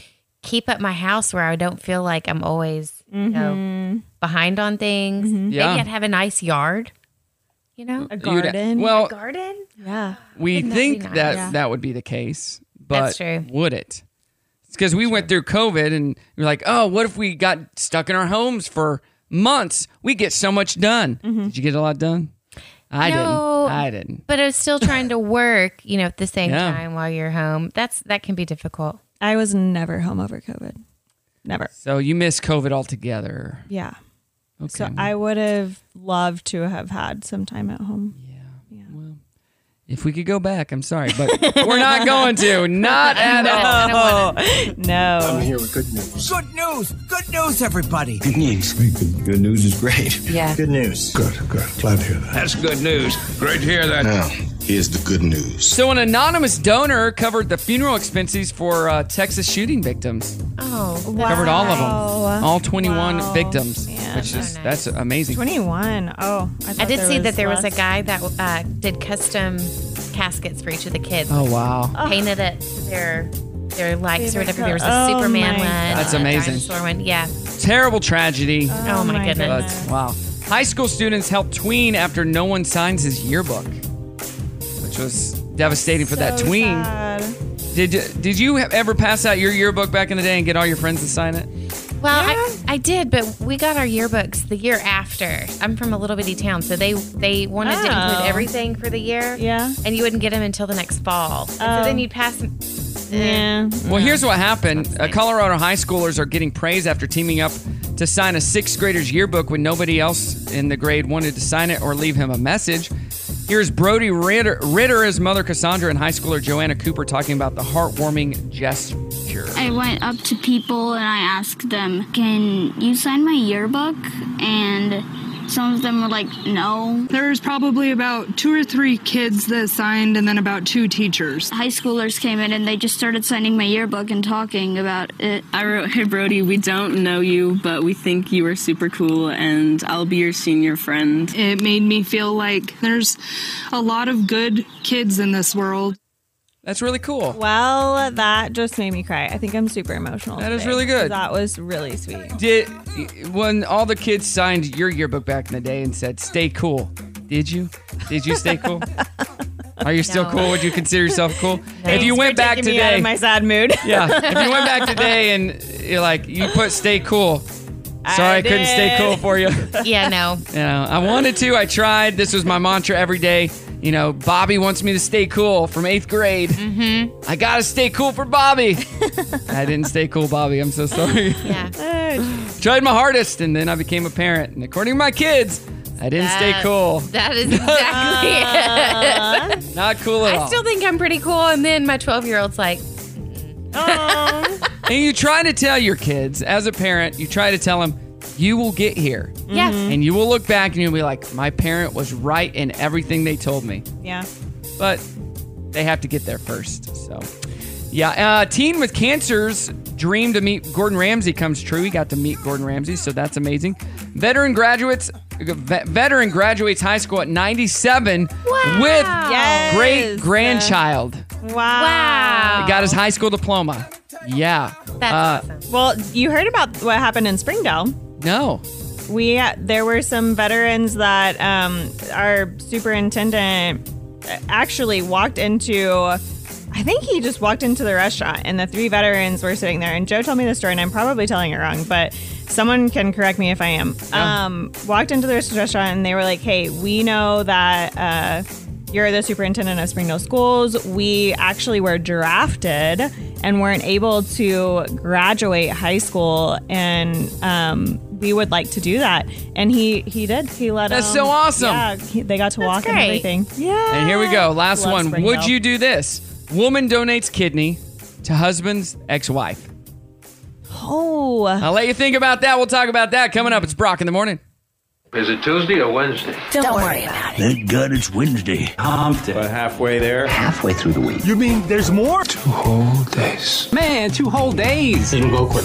keep up my house where I don't feel like I'm always, you
Mm-hmm.
know, behind on things. Maybe
Yeah.
I'd have a nice yard. You know?
A
You'd-
garden.
well,
garden?
yeah.
we
Wouldn't that
think
be
that
nice?
that,
Yeah.
would be the case, but
That's true.
would it? It's because we went through COVID and we are like, oh, what if we got stuck in our homes for months? We get so much done. Did you get a lot done? I
Mm-hmm. No.
didn't. I didn't.
But I was still trying to work, you know, at the same
Yeah.
time while you're home. That's that can be difficult.
I was never home over COVID. Never.
So you missed COVID altogether.
Yeah.
Okay.
So I would have loved to have had some time at home.
If we could go back, I'm sorry, but we're
<laughs>
not going to. Not at all.
I don't
<laughs>
wanna-
No.
here with good news.
Good news! Good news, everybody!
Good news. Good, news is great.
Yeah.
Good news. Good, good. Glad to hear that.
That's good news. Great to hear that.
Now, here's the good news.
So an anonymous donor covered the funeral expenses for uh, Texas shooting victims.
Oh, that's
Covered all of
Wow.
them. All 21
Wow.
victims,
Man.
which is
So nice.
that's amazing.
21. Oh, I,
I
thought
did see that there was
less.
a guy that uh, did custom caskets for each of the kids.
Oh wow.
Painted it to their their likes or whatever. There was a
Oh,
Superman
my
one.
God.
That's
a
amazing.
Dinosaur one. Yeah.
Terrible tragedy.
Oh, my my goodness. goodness.
But, wow. High school students help tween after no one signs his yearbook, which was devastating for that
So
tween.
sad.
Did did you ever pass out your yearbook back in the day and get all your friends to sign it?
Well, I, I did, but we got our yearbooks the year after. I'm from a little bitty town, so they they wanted to
Oh.
include everything for the year. Yeah, and you wouldn't get them until the next fall. And
Oh.
so then you'd pass them. Yeah.
Well, here's what happened. Uh, Colorado high schoolers are getting praise after teaming up to sign a sixth grader's yearbook when nobody else in the grade wanted to sign it or leave him a message. Here's Brody Ritter, Ritter his mother Cassandra, and high schooler Joanna Cooper talking about the heartwarming gesture.
I went up to people and I asked them, Can you sign my yearbook? And some of them were like, No.
There's probably about two or three kids that signed, and then about two teachers.
High schoolers came in and they just started signing my yearbook and talking about it.
I wrote, Hey Brody, we don't know you, but we think you are super cool, and I'll be your senior friend.
It made me feel like there's a lot of good kids in this world.
That's really cool.
Well, that just made me cry. I think I'm super emotional.
That
That
is
is
really good.
That was really sweet.
Did when all the kids signed your yearbook back in the day and said "Stay cool"? Did you? Did you stay
<laughs>
cool? Are you still
No.
cool? Would you consider yourself
<laughs>
cool? If
Thanks
you
for
went back
taking
today,
me out of my sad mood.
yeah. If you went
<laughs>
back today and you're like, you put "Stay cool." Sorry, I, couldn't stay
did.
cool for
<laughs>
you.
Yeah, no.
You know, I wanted to. I tried. This was my mantra every day. You know, Bobby wants me to stay cool from eighth grade. Mm-hmm. I gotta stay cool for
<laughs>
Bobby. I didn't stay cool, Bobby. I'm so sorry.
Yeah.
Tried my hardest, and then I became a parent. And according to my kids, I didn't stay
That-
cool.
That is
<laughs>
exactly it.
Not cool at
I
all.
still think I'm pretty cool, and then my 12 year old's like,
and you try to tell your kids, as a parent, you try to tell them, you will get here.
Yeah. Mhm.
And you will look back and you'll be like, my parent was right in everything they told me.
<laughs> Yeah.
But they have to get there first. So, yeah. Uh, teen with cancer's dream to meet Gordon Ramsay comes true. He got to meet Gordon Ramsay, so that's amazing. Veteran graduates. ve- Veteran graduates high school at 97 with
Yes.
great grandchild.
Wow. Wow.
Got his high school diploma. Yeah. Uh,
Well, you heard about what happened in Springdale.
No.
We there were some veterans that um, our superintendent actually walked into. I think he just walked into the restaurant, and the three veterans were sitting there. And Joe told me the story, and I'm probably telling it wrong, but someone can correct me if I am.
Yeah.
Um, walked into the restaurant, and they were like, "Hey, we know that." Uh, you're the superintendent of Springdale Schools. We actually were drafted and weren't able to graduate high school, and um, we would like to do that. And he he did. He let
That's
them-
so awesome.
Yeah, he- they got to walk and
great.
everything. Yeah.
And here we go. Last
Love
one.
Springdale.
Would you do this? Woman donates kidney to husband's ex-wife.
Oh.
I'll let you think about that. We'll talk about that coming up. It's Brock in the morning.
Is it Tuesday or Wednesday?
Don't, worry about
Thank God it's Wednesday. Hump day. But halfway there. Halfway through the week. You mean there's more? Two whole days. Man, two whole days. It'll go quick.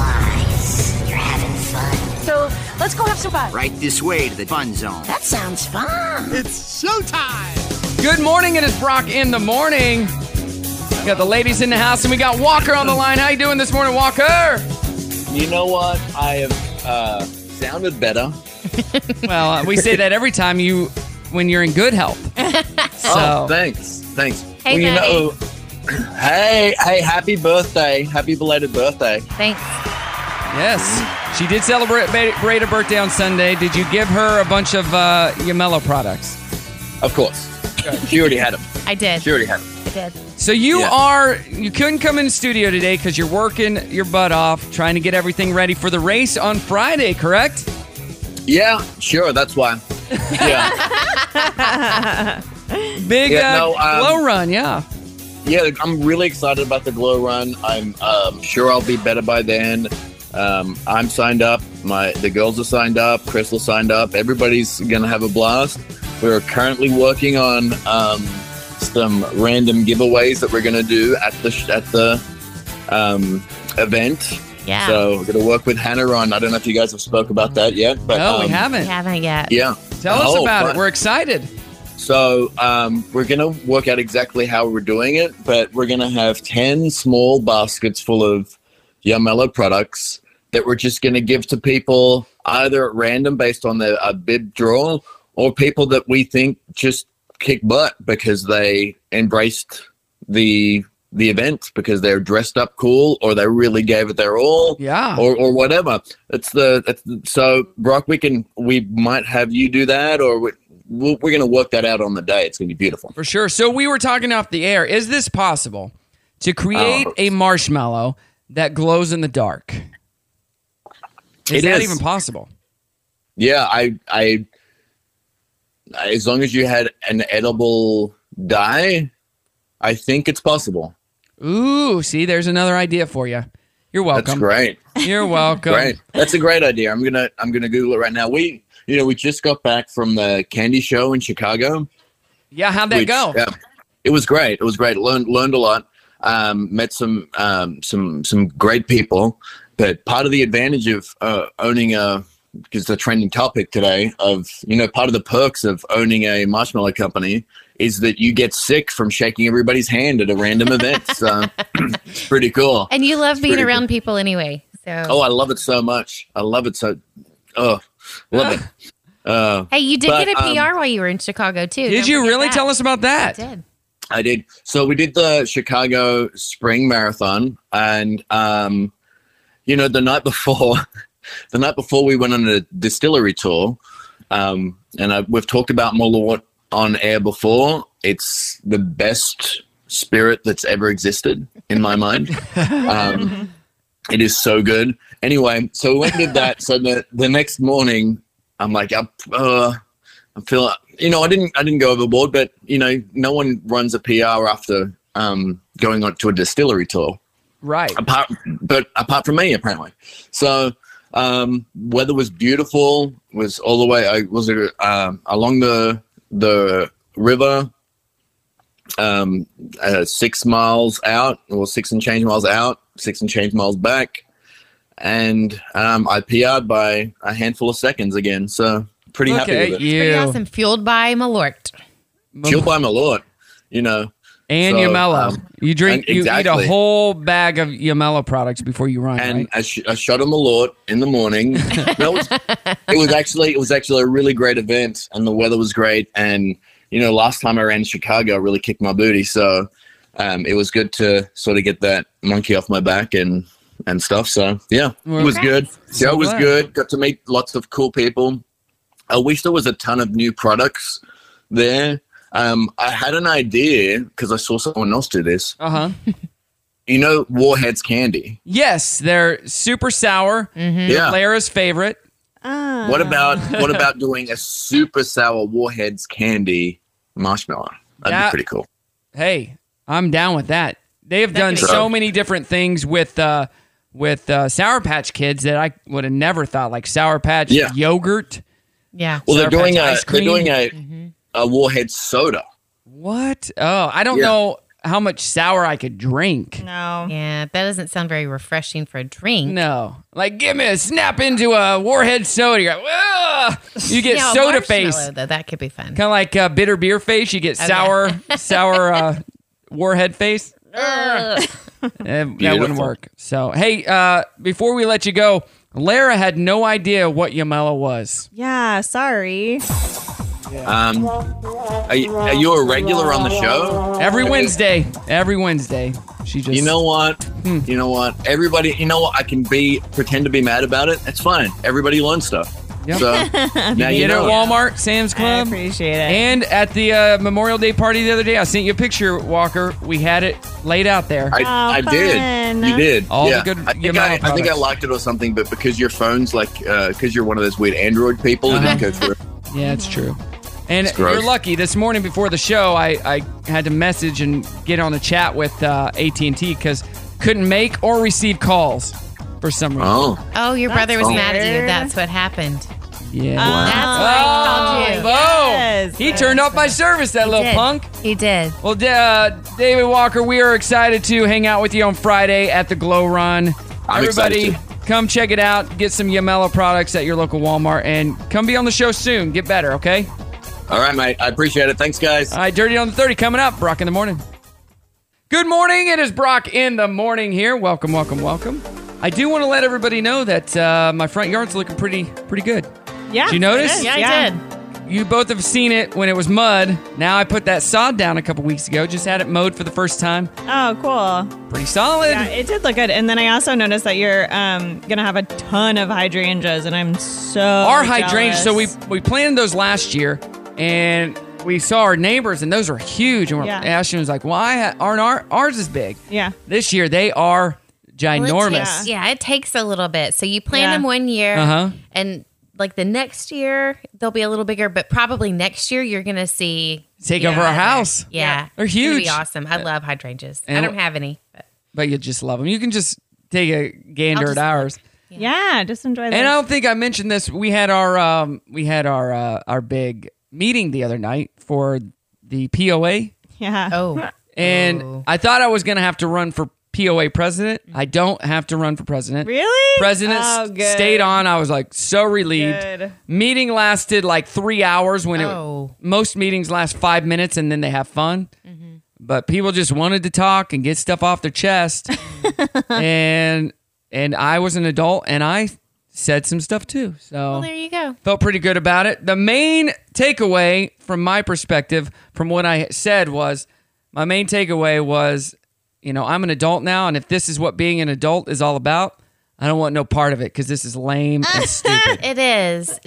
flies. You're having fun. So let's go have some fun.
Right this way to the fun zone.
That sounds fun. It's showtime.
Good morning. It is Brock in the morning. We got the ladies in the house, and we got Walker on the line. How you doing this morning, Walker?
You know what? I have uh, sounded better.
Well, uh, we say that every time you, when you're in good health.
<laughs>
So-
Oh, thanks, thanks.
Hey,
you
buddy.
know, <laughs> hey, hey, happy birthday, happy belated birthday.
thanks.
Yes, she did celebrate celebrate a birthday on Sunday. Did you give her a bunch of uh, Yamelo products?
Of course. She already had them.
I did.
She already had them.
I did.
So you are you couldn't come in the studio today because you're working your butt off trying to get everything ready for the race on Friday, correct?
Yeah, sure. That's why.
Yeah. Big
Yeah,
uh,
no, um,
glow run, yeah.
Yeah, I'm really excited about the glow run. I'm um, sure I'll be better by then. Um, I'm signed up. My the girls are signed up. Crystal signed up. Everybody's gonna have a blast. We're currently working on um, some random giveaways that we're gonna do at the sh- at the um, event.
Yeah.
So we're gonna work with Hannah on. I don't know if you guys have spoke about that yet, but
No, we
um,
haven't.
haven't yet.
Yeah.
Tell us
Oh,
about
fun.
it. We're excited.
So um, we're going to work out exactly how we're doing it, but we're going to have 10 small baskets full of Yamela products that we're just going to give to people either at random based on the a bib draw or people that we think just kick butt because they embraced the the event because they're dressed up cool or they really gave it their all
Yeah.
or, or whatever it's the it's, so brock we can we might have you do that or we, we're going to work that out on the day it's going to be beautiful
For sure. So we were talking off the air. Is this possible to create
Oh.
a marshmallow that glows in the dark? Is
It
that
is.
even possible?
Yeah, I, I, as long as you had an edible die, I think it's possible.
Ooh, see, there's another idea for you. You're welcome.
That's great.
You're welcome.
Great. That's a great idea. I'm gonna, I'm gonna Google it right now. We, you know, we just got back from the candy show in Chicago.
Yeah, how'd that
which,
go?
yeah, it was great. It was great. Learned learned a lot. Um, met some um, some some great people. But part of the advantage of uh, owning a because the trending topic today of you know part of the perks of owning a marshmallow company is that you get sick from shaking everybody's hand at a random event. So <clears throat> it's pretty cool.
And you love
It's
being
pretty
around people anyway. So
Oh, I love it so much. I love it so. Oh, love it. Uh,
hey, you did
but,
get a
um,
PR while you were in Chicago too.
Did
Don't
you
forget
really?
that.
Tell us about that.
I did.
I did. So we did the Chicago Spring Marathon, and um, you know, the night before, <laughs> the night before we went on a distillery tour, um, and I, we've talked about Molawat on air before. It's the best spirit that's ever existed in my mind. Um, it is so good. Anyway, so we went and did that. so the, the next morning, I'm like, I, uh, I'm feeling, you know, I didn't, I didn't go overboard, but you know, no one runs a PR after um, going on to a distillery tour,
right?
Apart, but apart from me, apparently. So um, weather was beautiful. Was all the way. I was uh, along the the river um, uh, six miles out, or six and change miles out, six and change miles back, and um, I PR'd by a handful of seconds again. So pretty
Look
happy
at
with
It's
it.
pretty awesome. Fueled by Malort.
Killed by my lord, you know.
And
So,
Yamela.
um,
you drink,
and
you eat
exactly.
a whole bag of Yamela products before you run.
and
right?
I, sh- I shot him a lot in the morning. No, it, was, it was actually it was actually a really great event, and the weather was great. And you know, last time I ran in Chicago, I really kicked my booty, so um, it was good to sort of get that monkey off my back and and stuff. So yeah,
Well,
it was
okay.
good.
So
Show was
glad.
good. Got to meet lots of cool people. I wish there was a ton of new products there. Um, I had an idea because I saw someone else do this.
Uh huh.
You know, Warheads candy.
Yes, they're super sour. Mm-hmm. uh.
Yeah.
Lara's favorite.
Um,
What about
<laughs>
what about doing a super sour warheads candy marshmallow? That'd
That-
be pretty cool.
Hey, I'm down with that. They have done
That'd be
so
cool.
many different things with uh, with uh, Sour Patch Kids that I would have never thought, like Sour Patch
Yeah.
yogurt.
Yeah.
Well,
Sour
they're doing,
Patch
a,
ice
they're
cream. Mm-hmm.
doing a a warhead soda.
What? Oh, I don't
Yeah.
know how much sour I could drink.
No.
Yeah, that doesn't sound very refreshing for a drink.
No. Like, give me a snap into a warhead soda. You're like, "Ugh." you
<laughs>
get
Now, a
soda
marshmallow,
face.
Though that could be fun.
Kind of like uh, bitter beer face. You get
Okay.
sour, sour uh, warhead face.
Ugh.
Eh, that wouldn't
Beautiful.
work. So, hey, uh, before we let you go, Lara had no idea what Yamela was.
Yeah, sorry.
Um, are you, are you a regular on the show?
Every Wednesday. Every Wednesday. She just.
You know what?
Hmm.
You know what? Everybody. You know what? I can be pretend to be mad about it. That's fine. Everybody learns stuff.
<laughs>
So now
you
you
get it
know.
at Walmart, Sam's Club. I
appreciate it.
And at the uh, Memorial Day party the other day, I sent you a picture, Walker. We had it laid out there.
I, I did. You did.
Oh, All
yeah.
the good
I think I,
Yamela
I think I
products.
liked it or something, but because your phone's like, because you're one of those weird Android people,
Uh-huh.
it didn't go through.
Yeah, it's true. And
Mm-hmm. It's gross.
you're lucky. This morning before the show, I, I had to message and get on a chat with uh, AT and T because couldn't make or receive calls for some reason.
Oh,
Oh, your brother was
That's
mad at you.
weird.
That's what happened.
yeah. Oh,
That's why he called you.
Boom! He turned off my service, that
Oh,
little
did.
punk.
He did.
Well, D- uh, David Walker, we are excited to hang out with you on Friday at the Glow Run.
I'm
Everybody,
excited
come check it out. Get some Yamela products at your local Walmart, and come be on the show soon. Get better, okay?
All right, mate. I appreciate it. Thanks, guys.
All right, Dirty on the 30 coming up. Brock in the morning. Good morning. It is Brock in the morning here. Welcome, welcome, welcome. I do want to let everybody know that uh, my front yard's looking pretty pretty good.
Yeah,
Did you notice?
it is. Yeah, I Yeah. did.
You both have seen it when it was mud. Now I put that sod down a couple weeks ago. Just had it mowed for the first time.
Oh, cool.
Pretty solid.
Yeah, it did look good. And then I also noticed that you're um, gonna have a ton of hydrangeas, and I'm so
our
jealous.
hydrangeas. So we we planted those last year, and we saw our neighbors, and those are huge. And we're,
Yeah.
Ashton was like, "Why ha- aren't our ours as big?"
yeah.
This year they are
Well, it
ginormous.
takes- yeah, it takes a little bit. So you plan
Yeah.
them one year,
Uh-huh.
and like the next year they'll be a little bigger, but probably next year you're gonna see
Take
you
over
know,
our house.
Yeah,
they're
It's gonna
huge.
Be awesome. I love hydrangeas. I
And-
don't have any. But.
But you just love them. You can just take a gander
I'll
at
just
ours.
Yeah. just enjoy.
And uh, I
those.
don't think I mentioned this. We had our um, we had our uh, our big meeting the other night for the POA,
yeah.
Oh, Mm-hmm.
and I thought I was gonna have to run for POA president. I don't have to run for president.
Really?
President
Oh,
s-
good.
stayed on. I was like so relieved.
Good.
Meeting lasted like three hours. When
Oh.
it most meetings last five minutes and then they have fun.
Mm-hmm.
But people just wanted to talk and get stuff off their
<laughs>
chest, and and I was an adult and I said some stuff too. So
Well, there you go.
Felt pretty good about it. The main takeaway from my perspective, from what I said, was my main takeaway was, you know, I'm an adult now, and if this is what being an adult is all about, I don't want no part of it because this is lame
<laughs>
and stupid.
it is.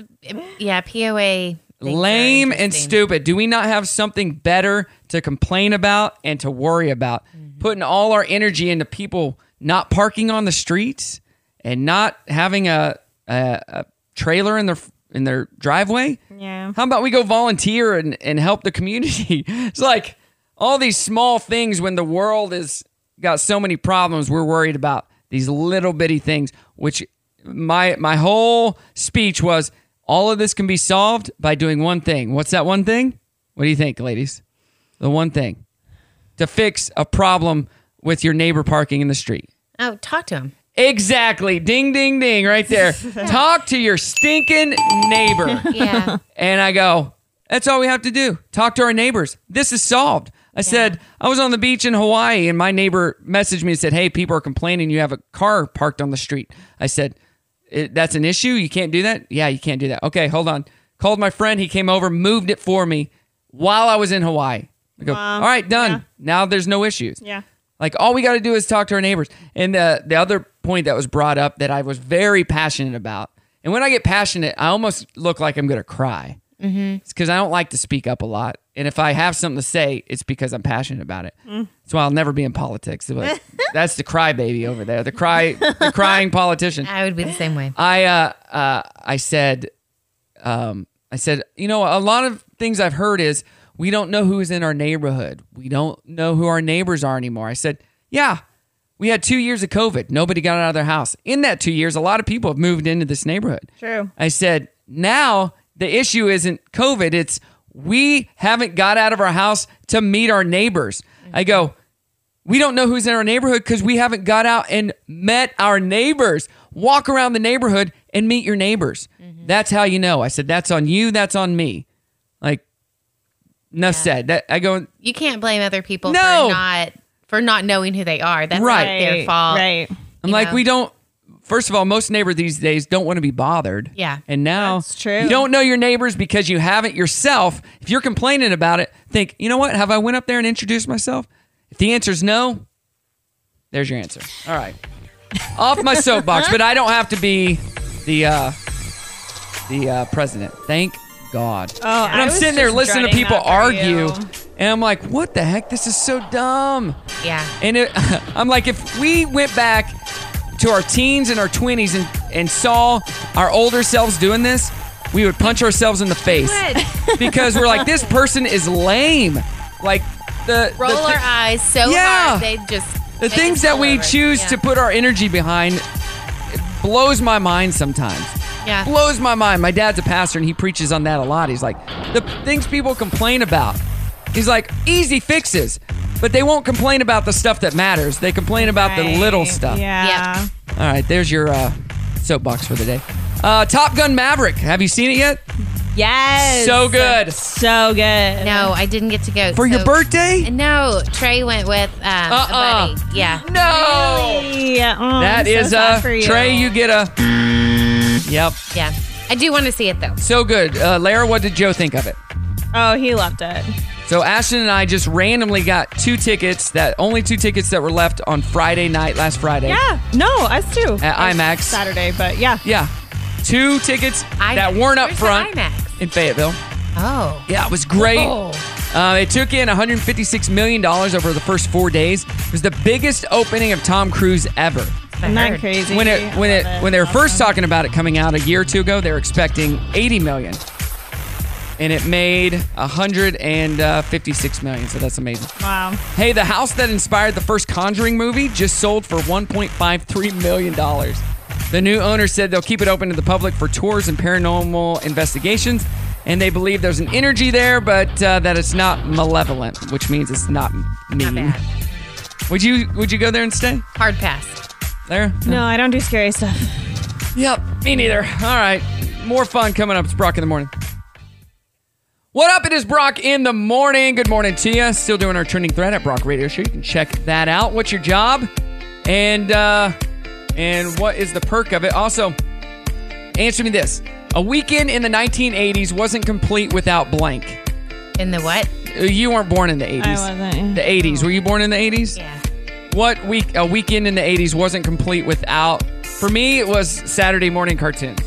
Yeah, POA.
lame and stupid. Do we not have something better to complain about and to worry about? Putting all our energy into people not parking on the streets and not having a a, a trailer in their in their driveway.
Yeah.
How about we go volunteer and, and help the community? <laughs> it's like all these small things when the world is got so many problems, we're worried about these little bitty things, which my my whole speech was all of this can be solved by doing one thing. What's that one thing? What do you think, ladies? The one thing. To fix a problem with your neighbor parking in the street.
Oh, talk to him.
Exactly. Ding, ding, ding, right there. Talk to your stinking neighbor.
<laughs> Yeah.
And I go, that's all we have to do. Talk to our neighbors. This is solved. I said, I was on the beach in Hawaii and my neighbor messaged me and said, Hey, people are complaining you have a car parked on the street. I said, "It- That's an issue. You can't do that. Yeah, you can't do that. Okay, hold on. Called my friend. He came over, moved it for me while I was in Hawaii. I go,
Wow.
All right, done. Now there's no issues.
Yeah.
Like all we got to do is talk to our neighbors. And the the other point that was brought up that I was very passionate about, and when I get passionate, I almost look like I'm gonna cry.
Mm-hmm.
It's because I don't like to speak up a lot, and if I have something to say, it's because I'm passionate about it. That's why I'll never be in politics. But that's the crybaby over there, the cry, the crying politician.
<laughs> I would be the same way.
I uh, uh, I said, um, I said, you know, a lot of things I've heard is we don't know who's in our neighborhood. We don't know who our neighbors are anymore. I said, yeah, we had two years of COVID. Nobody got out of their house. In that two years, a lot of people have moved into this neighborhood.
True.
I said, now the issue isn't COVID. It's we haven't got out of our house to meet our neighbors. I go, we don't know who's in our neighborhood because we haven't got out and met our neighbors. Walk around the neighborhood and meet your neighbors. That's how you know. I said, that's on you. That's on me. Like, enough said. That I go,
You can't blame other people
No.
for not for not knowing who they are. That's
Right.
not their fault.
Right.
I'm like, we don't. First of all, most neighbor these days don't want to be bothered.
Yeah.
And now
true.
you don't know your neighbors because you haven't yourself. If you're complaining about it, think, you know what? Have I went up there and introduced myself? If the answer is no, there's your answer. All right. Off my soapbox, but I don't have to be the uh the uh president. Thank God.
Oh,
and
I
I'm
was
sitting there
just
listening to
dreading
people
that for
argue,
you.
and I'm like, what the heck? This is so dumb.
Yeah.
And it, <laughs> I'm like, if we went back to our teens and our 20s and, and saw our older selves doing this, we would punch ourselves in the face <laughs> because we're like, this person is lame. Like the the
roll
thi-
our eyes so
Yeah.
hard they just
the things that we choose to put our energy behind it blows my mind sometimes.
Yeah.
Blows my mind. My dad's a pastor and he preaches on that a lot. He's like, the things people complain about. He's like, easy fixes. But they won't complain about the stuff that matters. They complain about the little stuff.
Yeah.
All right, there's your uh, soapbox for the day. Uh, Top Gun Maverick. Have you seen it yet?
Yes.
So good.
So good.
No, I didn't get to go
For your birthday?
No, Trey went with um,
Uh-uh.
a buddy. Yeah.
No.
Really? Yeah. Oh,
That
I'm so
is
sad
uh,
for you.
Trey. You get a. Yep.
Yeah. I do want to see it though.
So good, uh, Lara. What did Joe think of it?
Oh, he left it.
So Ashton and I just randomly got two tickets. That only two tickets that were left on Friday night, last Friday.
Yeah. No, us too.
At
Us
IMAX.
Saturday, but yeah.
Yeah. Two tickets that weren't up front in Fayetteville.
Oh.
Yeah, it was great.
Cool.
Uh, it took in $156 million over the first four days. It was the biggest opening of Tom Cruise ever.
Isn't that crazy?
When it when
I
it,
love
when they were first talking about it coming out a year or two ago, they were expecting 80 million, and it made 156 uh, million. So that's amazing.
Wow.
Hey, the house that inspired the first Conjuring movie just sold for 1.53 million dollars. The new owner said they'll keep it open to the public for tours and paranormal investigations, and they believe there's an energy there, but uh, that it's not malevolent, which means it's not mean. Would you Would you go there and stay?
Hard pass.
There?
No, I don't do scary stuff.
Yep, me neither. All right, more fun coming up. It's Brock in the morning. What up? It is Brock in the morning. Good morning to you. Still doing our trending thread at Brock Radio Show. You can check that out. What's your job? And uh, and what is the perk of it? Also, answer me this: A weekend in the 1980s wasn't complete without blank. Uh,
In the what?
You weren't born in the 80s.
wasn't.
The 80s. Were you born in the 80s?
Yeah.
What week? A weekend in the 80s wasn't complete without. For me, it was Saturday morning cartoons.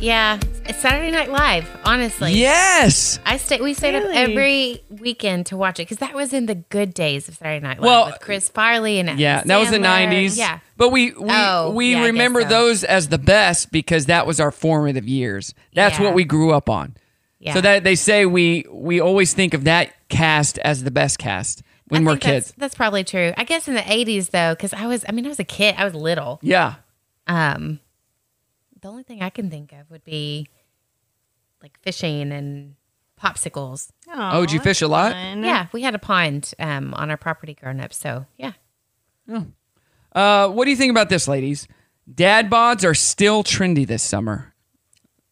Yeah. It's Saturday Night Live, honestly.
Yes.
I stay. We stayed
Really?
up every weekend to watch it because that was in the good days of Saturday Night Live
Well,
with Chris Farley and Adam
Yeah, that was the
Sandler.
90s.
Yeah,
But we we,
Oh,
we
yeah, I guess
remember
so.
those as the best because that was our formative years. That's
Yeah.
what we grew up on.
yeah.
So that they say we we always think of that cast as the best cast when
I
we're
think that's-
kids.
That's probably true. I guess in the '80s though, because I was. I mean, I was a kid. I was little.
Yeah.
Um, the only thing I can think of would be like fishing and popsicles.
Oh, did you fish a lot?
Mm-hmm.
Yeah, we had a pond um, on our property growing up. So yeah,
Uh, what do you think about this, ladies? Dad bods are still trendy this summer.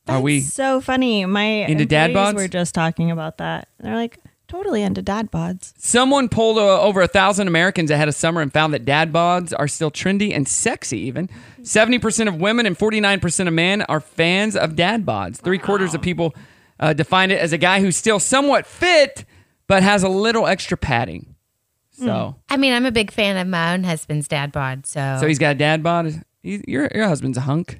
are we?
So funny. My
Into dad
employees
bods?
We're just talking about that. They're like totally into dad bods.
Someone polled uh, over a thousand Americans ahead of summer and found that dad bods are still trendy and sexy. Even seventy percent of women and forty nine percent of men are fans of dad bods. Three quarters of people uh, define it as a guy who's still somewhat fit but has a little extra padding. So,
I mean, I'm a big fan of my own husband's dad bod. So
so he's got a dad bod. He's, your your husband's a hunk.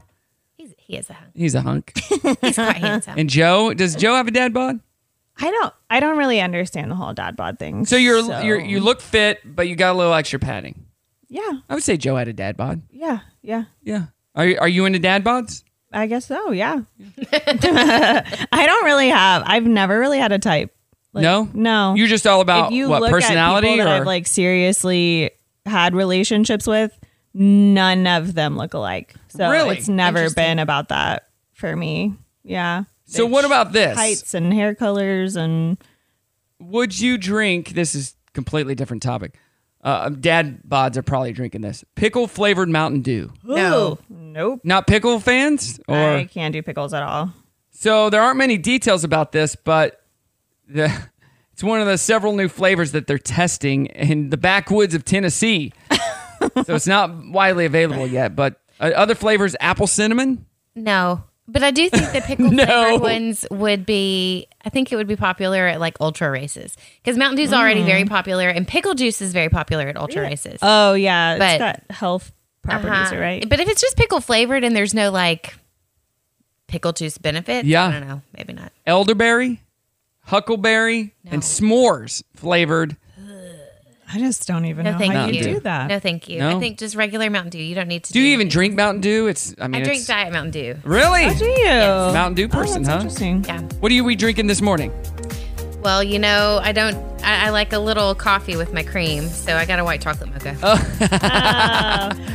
he's, he is a hunk.
He's a hunk.
He's
<laughs>
quite handsome.
and Joe, does Joe have a dad bod?
I don't. I don't really understand the whole dad bod thing.
So you're you're you look fit, but you got a little extra padding.
Yeah.
I would say Joe had a dad bod.
Yeah. Yeah.
Yeah. Are you, are you into dad bods?
I guess so. Yeah. <laughs> I don't really have. I've never really had a type.
no,
No.
You're just all about
if you
what
look
personality
at people that
or
I've like seriously had relationships with, none of them look alike. So
Really?
it's never
Interesting.
been about that for me. Yeah.
So
It's
what about this?
Heights and hair colors and
would you drink? This is completely different topic. Uh, dad bods are probably drinking this pickle flavored Mountain Dew.
no, nope.
Not pickle fans, or
I can't do pickles at all.
so there aren't many details about this, but the, <laughs> it's one of the several new flavors that they're testing in the backwoods of
<laughs>
Tennessee. so it's not widely available yet, but uh, other flavors: apple cinnamon.
No, but I do think the pickle
<laughs> No.
flavored ones would be. I think it would be popular at like ultra races because Mountain
Mm.
Dew's already very popular, and pickle juice is very popular at ultra races.
Oh yeah,
But-
it's got health properties,
Uh-huh.
right?
But if it's just pickle flavored and there's no like pickle juice benefit,
Yeah.
I don't know, maybe not.
elderberry, huckleberry, and s'mores flavored.
I just don't even
No,
know
thank
how
you.
you do that.
No, thank you.
No?
I think just regular Mountain Dew. You don't need to.
Do you even drink Mountain Dew? It's I mean,
I drink
it's-
Diet Mountain Dew.
really
How do you?
Mountain Dew person,
Oh, that's
huh?
Interesting.
Yeah.
What are you we drinking this morning?
Well, you know, I don't. I, I like a little coffee with my cream, so I got a white chocolate mocha.
Oh.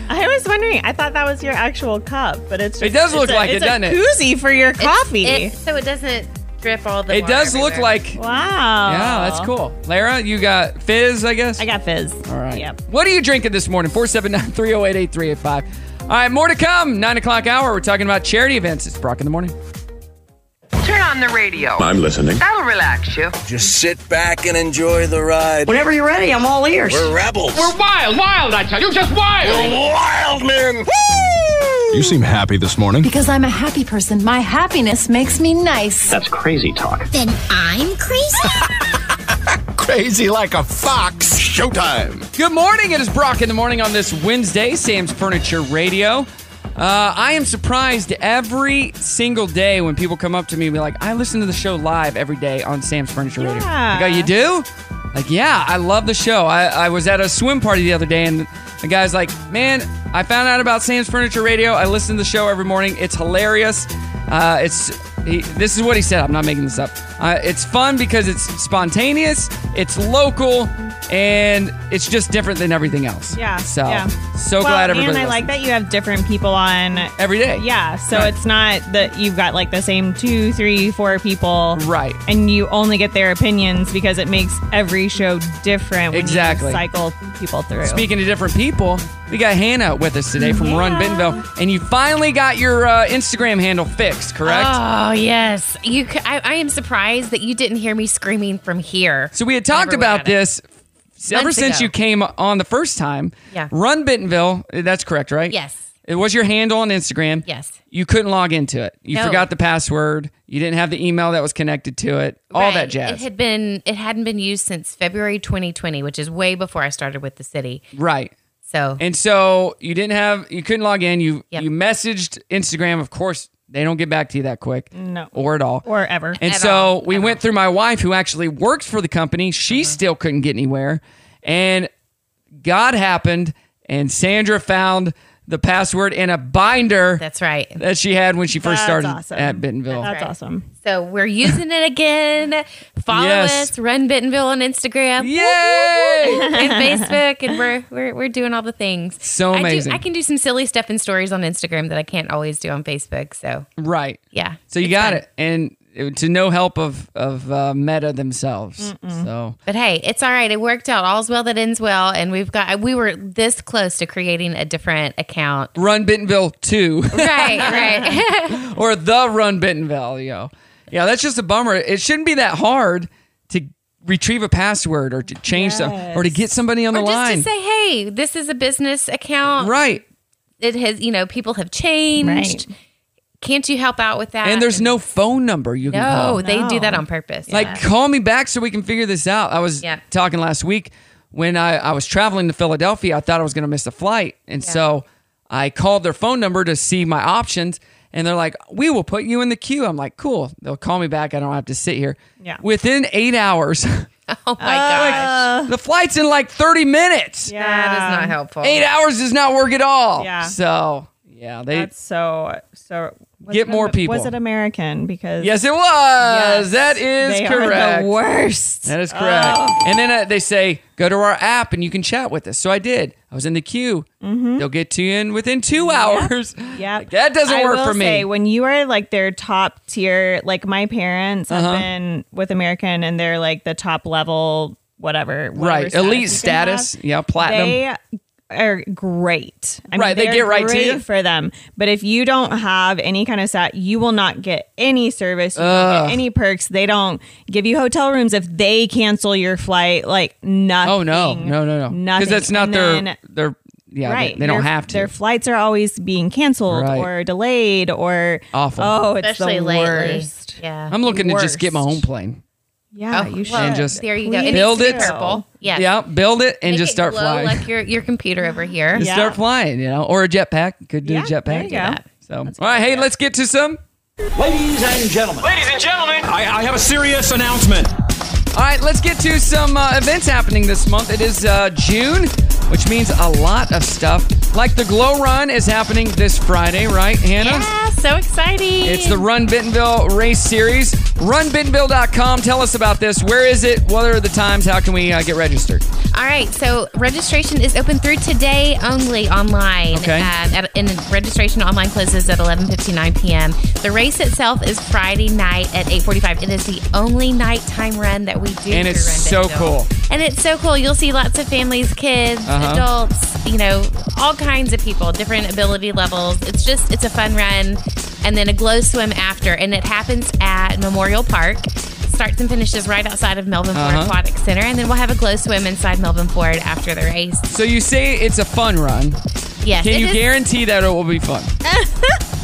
I was wondering. I thought that was your actual cup, but it's just,
It does
it's
look
a-
like it,
it's a
doesn't it?
Koozie for your coffee.
It- so it doesn't drip all the.
It
water
does look
everywhere.
like.
wow.
Yeah, that's cool. Lara, you got fizz, I guess.
I got fizz.
All right.
Yep.
What are you drinking this morning? 479 308 8385. All right, more to come. Nine o'clock hour. We're talking about charity events. It's Brock in the morning.
Turn
on the radio.
I'm listening.
That'll relax you.
Just sit back and enjoy the ride.
Whenever you're ready, I'm all ears.
We're rebels.
We're wild, wild, I tell you, just wild.
We're wild, man.
You seem happy this morning.
Because I'm a happy person, my happiness makes me nice.
That's crazy talk.
Then I'm crazy.
Crazy like a fox. Showtime.
Good morning. It is Brock in the morning on this Wednesday, Sam's Furniture Radio. Uh, I am surprised every single day when people come up to me and be like, I listen to the show live every day on Sam's Furniture Radio.
Yeah.
I go, You do? Like, yeah, I love the show. I, I was at a swim party the other day and the guy's like, Man, I found out about Sam's Furniture Radio. I listen to the show every morning. It's hilarious. Uh, it's. He, this is what he said. I'm not making this up. Uh, it's fun because it's spontaneous, it's local, and it's just different than everything else.
Yeah.
So,
yeah.
so
Well,
glad everybody.
And I
listens.
like that you have different people on
every day.
Yeah. So
Right.
it's not that you've got like the same two, three, four people.
Right.
And you only get their opinions because it makes every show different. When
Exactly.
You cycle people through.
Speaking to different people, we got Hannah with us today from Run Bentonville, and you finally got your uh, Instagram handle fixed, correct?
Oh yes, you. c I I I, am surprised that you didn't hear me screaming from here.
So we had talked about this ever
Months
since
ago.
you came on the first time.
Yeah.
Run Bentonville, that's correct, right?
Yes.
It was your handle on Instagram.
Yes.
You couldn't log into it. You
No.
forgot the password. You didn't have the email that was connected to it. All that
Right. It
jazz.
had been. It hadn't been used since February 2020, which is way before I started with the city.
Right.
So
And so you didn't have you couldn't log in. You you messaged Instagram. Of course, they don't get back to you that quick.
No.
Or at all.
Or ever.
And so we went through my wife, who actually works for the company.
Mm-hmm.
She still couldn't get anywhere. And God happened, and Sandra found the password in a binder.
That's right.
That she had when she first
That's
started
awesome.
at Bentonville.
That's Right.
awesome.
So we're using it again. Follow
Yes.
us, Run Bentonville on Instagram, Woo, woo, woo. and Facebook, and we're, we're we're doing all the things.
So
I do-
amazing.
I, can do some silly stuff and stories on Instagram that I can't always do on Facebook. So
Right.
yeah,
So you got it, and it- to no help of of uh, Meta themselves. So
but hey, it's all right. It worked out. All's well that ends well, and we've got we were this close to creating a different account.
Run Bentonville two.
<laughs> Right, <laughs> right.
or the Run Bentonville, yo. Yeah, that's just a bummer. It shouldn't be that hard to retrieve a password or to change something or to get somebody on
or
the
just
line.
to say, "Oh, hey, this is a business account,
right?
It has, you know, people have changed. Can't you help out with that?
and there's no phone number you can call.
Oh, no, they do that on purpose.
Like,
Yeah.
call me back so we can figure this out. I was
Yeah.
talking last week when I, I was traveling to Philadelphia. I thought I was going to miss a flight. And so I called their phone number to see my options. And they're like, we will put you in the queue. I'm like, cool. They'll call me back. I don't have to sit here.
Yeah.
Within eight hours, <laughs>
<laughs> Oh my gosh.
the flight's in like 30 minutes.
Yeah.
That is not helpful.
Eight hours does not work at all.
Yeah.
So, yeah, they.
That's so so. was
Get
it
more
Am-
people.
Was it American? Because
Yes, it was.
Yes,
that is
they are the
correct.
worst. Oh.
That is correct. And then uh, they say, go to our app and you can chat with us. So I did. I was in the queue.
Mm-hmm.
They'll get to you in within two hours.
Yeah,
that doesn't
I
work
will
for me.
Say, when you are like their top tier, like my parents
Uh-huh.
have been with American, and they're like the top level, whatever, whatever
Right.
you
Elite
can
status.
have.
Yeah, platinum.
They are great.
Right, they
they're
get right to
great
you.
for them. But if you don't have any kind of sat, you will not get any service. You don't
Ugh.
get any perks. They don't give you hotel rooms if they cancel your flight. Like nothing.
oh, no. No, no, no.
Nothing.
Because that's not
And
their,
then-
their, yeah, they-
right.
they, don't
Their-
have to.
Their flights are always being canceled
Right.
or delayed or
Awful.
Oh, it's
Especially
the
lately.
worst.
Yeah.
I'm looking to just get my own plane.
Yeah,
Oh,
you should.
well,
And just
there you go. And
build
it's
it.
Purple. Yeah.
Yeah, build it and
Make
just
it
start
glow
flying.
Like your your computer over here.
<laughs> Just start flying, you know, or a jetpack. You Could do a jetpack.
there you go.
So, all right, hey, let's get to some.
Ladies and gentlemen. Ladies and gentlemen. I, I have a serious announcement.
All right, let's get to some uh, events happening this month. It is uh, June, which means a lot of stuff. Like the Glow Run is happening this Friday, right, Hannah?
Yeah, so exciting.
It's the Run Bentonville Race Series. RunBentonville.com. Tell us about this. Where is it? What are the times? How can we uh, get registered?
All right, so registration is open through today only online.
Okay.
Um, at, and registration online closes at 11:59 p.m. The race itself is Friday night at 8:45. It is the only nighttime run that we do.
And
through
it's
Run
so
Bentonville.
cool.
And it's so cool. You'll see lots of families, kids,
Uh-huh.
adults, you know, all kinds of people, different ability levels. It's just it's a fun run. and then a glow swim after. And it happens at Memorial Park. Starts and finishes right outside of Melvin Ford
Uh-huh.
Aquatic Center. And then we'll have a glow swim inside Melvin Ford after the race.
So you say it's a fun run.
Yes,
Can
it
you
is-
guarantee that it will be fun?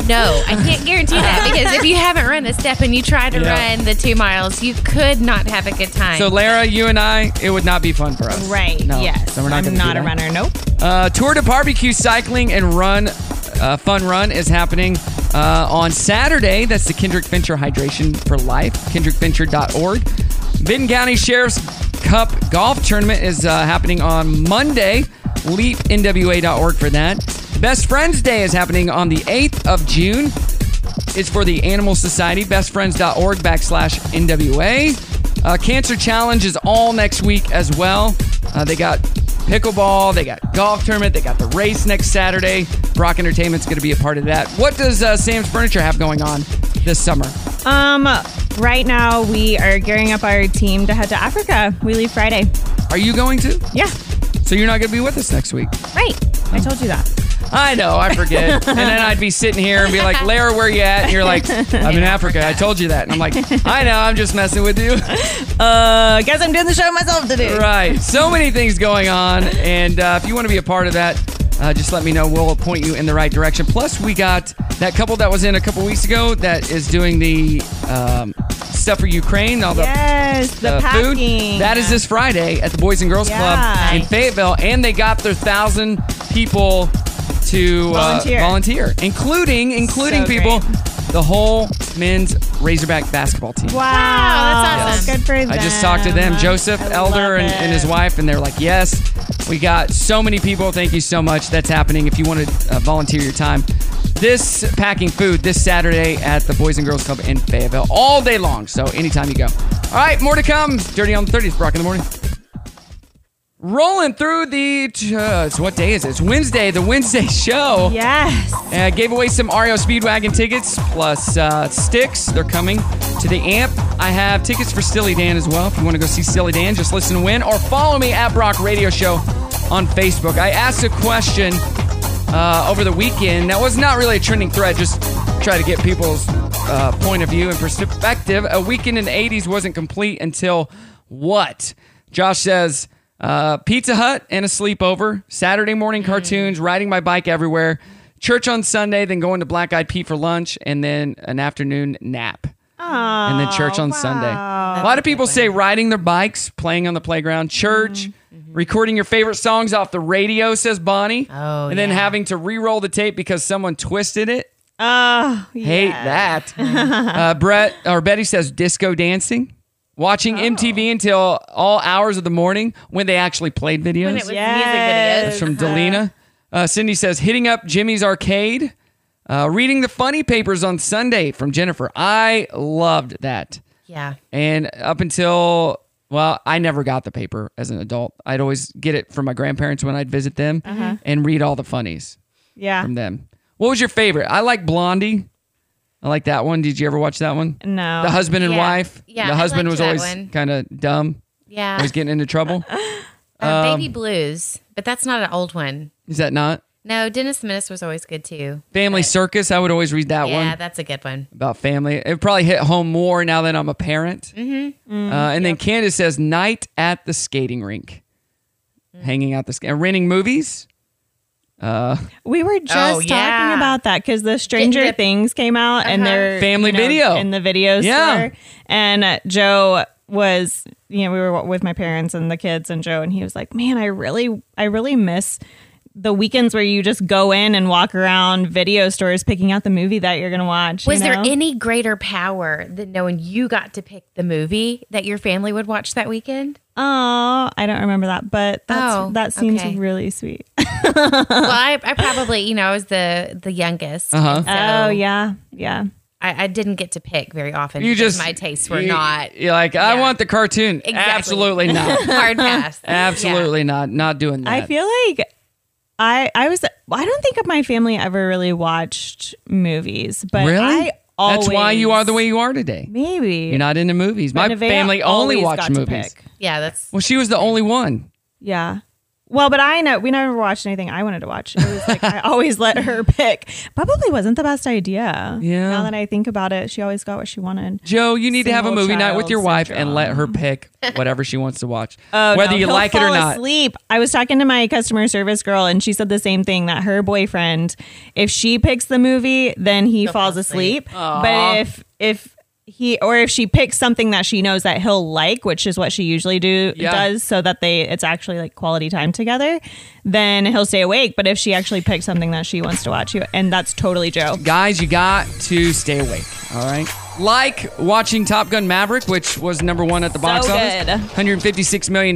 No, I can't guarantee
<laughs>
that because if you haven't run a step and you try to
Yeah.
run the two miles, you could not have a good time.
So, Lara, you and I, it would not be fun for us.
Right,
No.
yes.
So we're not
I'm
gonna
not
do
a
that.
runner, nope.
Uh, Tour de Barbecue Cycling and Run uh, Fun Run is happening uh, on Saturday. That's the Kendrick Venture Hydration for Life, kendrickventure.org. Benton County Sheriff's Cup Golf Tournament is uh, happening on Monday. LeapNWA.org for that. Best Friends Day is happening on the 8th of June. It's for the Animal Society, bestfriends.org backslash NWA. Uh, Cancer Challenge is all next week as well. Uh, they got pickleball, they got golf tournament, they got the race next Saturday. Brock Entertainment's going to be a part of that. What does uh, Sam's Furniture have going on this summer?
Um, right now we are gearing up our team to head to Africa. We leave Friday.
Are you going to?
Yeah.
So you're not going to be with us next week.
Right. I told you that.
I know, I forget. and then I'd be sitting here and be like, Lara, where you at? And you're like, I'm in Africa. I told you that. And I'm like, I know, I'm just messing with you.
Uh, guess I'm doing the show myself today.
Right. So many things going on. And uh, if you want to be a part of that, uh, just let me know. We'll point you in the right direction. Plus, we got that couple that was in a couple weeks ago that is doing the um, stuff for Ukraine, all the,
Yes, the
uh, food.
packing.
That is this Friday at the Boys and Girls
Yeah.
Club in Fayetteville. And they got their thousand people to
Volunteer.
Uh, volunteer, including including
So
people, the whole men's Razorback basketball team.
Wow, that's awesome. Good for them.
I just talked to them, Joseph Elder and, and his wife, and they're like, "Yes, we got so many people. Thank you so much. That's happening. If you want to uh, volunteer your time, this packing food this Saturday at the Boys and Girls Club in Fayetteville all day long. So anytime you go. All right, more to come. Dirty on the thirties. Brock in the morning. Rolling through the uh, it's- what day is it? It's Wednesday, the Wednesday <laughs> show.
Yes.
Uh, gave away some Ario Speedwagon tickets plus uh, sticks. They're coming to the amp. I have tickets for Silly Dan as well. If you want to go see Silly Dan, just listen to win or follow me at Brock Radio Show on Facebook. I asked a question uh, over the weekend that was not really a trending thread, just try to get people's uh, point of view and perspective. A weekend in the 80s wasn't complete until what? Josh says, uh, Pizza Hut and a sleepover, Saturday morning cartoons, riding my bike everywhere, church on Sunday, then going to Black Eyed Pea for lunch, and then an afternoon nap. and then church on Sunday. A lot of people say riding their bikes, playing on the playground, church, recording your favorite songs off the radio, says Bonnie. Oh, and then having to re roll the tape because someone twisted it.
Oh,
Hate that. uh, Brett or Betty says disco dancing, watching MTV until all hours of the morning when they actually played videos.
When it was music videos.
That's from Delina. Uh, Cindy says hitting up Jimmy's arcade, uh, reading the funny papers on Sunday from Jennifer. I loved that.
Yeah.
And up until, well, I never got the paper as an adult. I'd always get it from my grandparents when I'd visit them
Uh-huh.
and read all the funnies
Yeah.
from them. What was your favorite? I like Blondie. I like that one. Did you ever watch that one?
No.
The husband and
Yeah.
wife.
Oh, Yeah,
The
I
husband was
liked that
always
one.
kind of dumb.
Yeah.
Always getting into trouble.
Uh,
Um,
Baby Blues, but that's not an old one.
Is that not?
No, Dennis the Menace was always good too.
Family Circus. I would always read that
yeah,
one
that's a good one.
about family. It probably hit home more now that I'm a parent.
Mm-hmm.
Uh, and then Candace says, "Night at the skating rink,
Mm.
hanging out the sk- uh, renting movies." Uh,
We were just
Oh,
talking
yeah.
about that because the Stranger Things came out
Uh-huh.
and their
Family video.
in the videos.
Yeah.
Yeah, and uh, Joe was you know we were with my parents and the kids and Joe and he was like, man, I really I really miss the weekends where you just go in and walk around video stores picking out the movie that you're gonna watch. you
Was there
know?
any greater power than knowing you got to pick the movie that your family would watch that weekend?
Oh, I don't remember that, but that's,
Oh,
that seems
okay.
really sweet.
well, I, I probably, you know, I was the the youngest.
Uh-huh.
and
Oh, yeah, yeah.
I, I didn't get to pick very often.
you
because
just
my tastes were
you- <laughs>
not
You're like, I want the cartoon.
Exactly.
Absolutely
<laughs>
not.
hard pass.
<laughs> Absolutely not. Not doing that.
I feel like I I was I don't think my family ever really watched movies, but
really.
I always
That's why you are the way you are today.
maybe
You're not into movies. My
Renovea
family only
always
watched
got to
movies.
pick.
Yeah, that's
Well, she was the only one.
yeah. Well, but I know we never watched anything I wanted to watch. It was like I <laughs> always let her pick. Probably wasn't the best idea. Yeah. Now that I think about it, she always got what she wanted.
Joe, you need to have a
Single
movie night with
child
your wife and let her pick whatever she wants to watch,
<laughs> Oh,
whether
no,
you
he'll
like it or
fall
not.
Asleep. I was talking to my customer service girl, and she said the same thing that her boyfriend, if she picks the movie, then he falls asleep.
Aw.
But if if he or if she picks something that she knows that he'll like, which is what she usually do
Yeah.
does, so that they it's actually like quality time together, then he'll stay awake. But if she actually picks something that she wants to watch, he, and that's totally Joe.
Guys, you got to stay awake. All right. Like watching Top Gun Maverick, which was number one at the box
So
office,
good.
$156 million.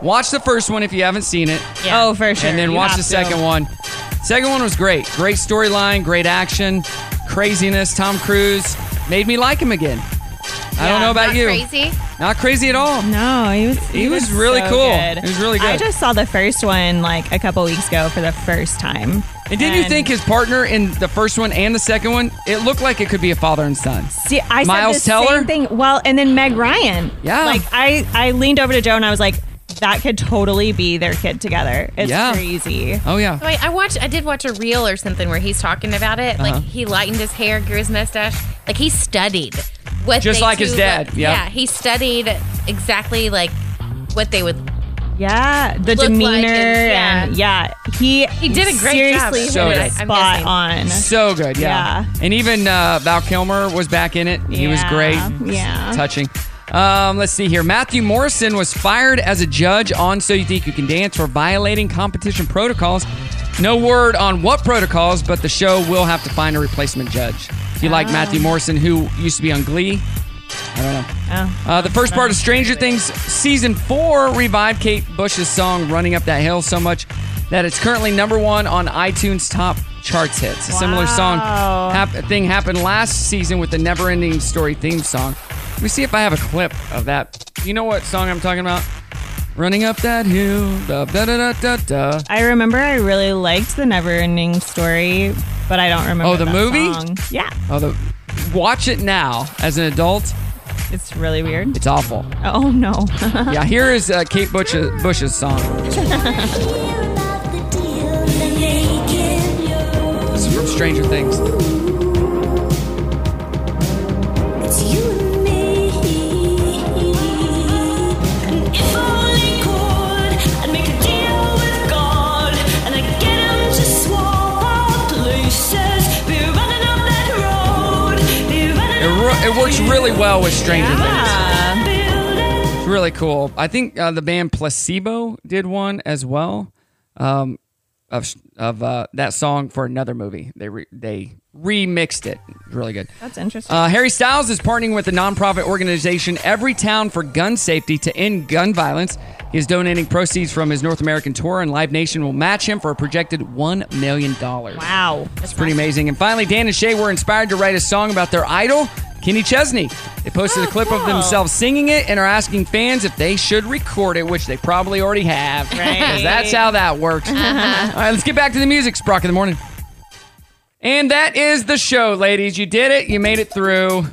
Watch the first one if you haven't seen it.
Oh, for sure.
And then
You
watch
have
the
to.
second one. Second one was great. Great storyline, great action, craziness. Tom Cruise made me like him again. I don't know about
Not
you.
Crazy.
Not crazy at all.
No, he was.
He was really
so
cool.
good.
He was really good.
I just saw the first one like a couple weeks ago for the first time.
and didn't you think his partner in the first one and the second one, it looked like it could be a father and son?
See, I
Miles
said the
Teller?
same thing. Well, and then Meg Ryan.
Yeah.
Like I, I leaned over to Joe and I was like, that could totally be their kid together. It's
Yeah.
crazy.
Oh yeah.
So I, I watched. I did watch a reel or something where he's talking about it.
Uh-huh.
Like he lightened his hair, grew his mustache. Like he studied what
Just
they
like his
two
dad,
look-
yeah.
Yeah. He studied exactly like what they would.
Yeah, the
Look like
demeanor
it, yeah.
and yeah, he he
did a great job.
seriously
So
hit
good.
it
I'm
spot on.
So good, yeah. And even uh, Val Kilmer was back in it. He was
Yeah,
great.
yeah.
Touching. Um, let's see here. Matthew Morrison was fired as a judge on So You Think You Can Dance for violating competition protocols. No word on what protocols, but the show will have to find a replacement judge. If you like
Ah.
Matthew Morrison, who used to be on Glee, I don't know.
Oh.
Uh, the first part of Stranger Things season four revived Kate Bush's song "Running Up That Hill" so much that it's currently number one on iTunes top charts hits. A similar song hap- thing happened last season with the Never Ending Story theme song. Let me see if I have a clip of that. You know what song I'm talking about? Running up that hill, da da da da da.
I remember I really liked the never ending story, but I don't remember.
Oh, the
that
movie?
song. Yeah,
Oh, the watch it now as an adult.
It's really weird.
It's awful.
Oh
<laughs>
no.
yeah, here is uh, Kate Bush's, Bush's song. This is from Stranger Things.
<laughs> It's you and me. And if I only could, I'd make a deal with God. And I'd get him to swap places. Be running up that road. Be running
It, ru- it works really well with Stranger
Things.
It's really cool. I think uh, the band Placebo did one as well um, of of uh, that song for another movie. They re- they remixed it. Really good.
That's interesting.
Uh, Harry Styles is partnering with the nonprofit organization Every Town for Gun Safety to end gun violence. He is donating proceeds from his North American tour, and Live Nation will match him for a projected $1 million. Wow.
That's
pretty amazing. And finally, Dan and Shay were inspired to write a song about their idol, Kenny Chesney. They posted a
Oh,
clip of themselves singing it and are asking fans if they should record it, which they probably already have. 'Cause That's how that works.
Uh-huh.
All right, let's get back to the music, Sprock in the morning. And that is the show, ladies. You did it. You made it through.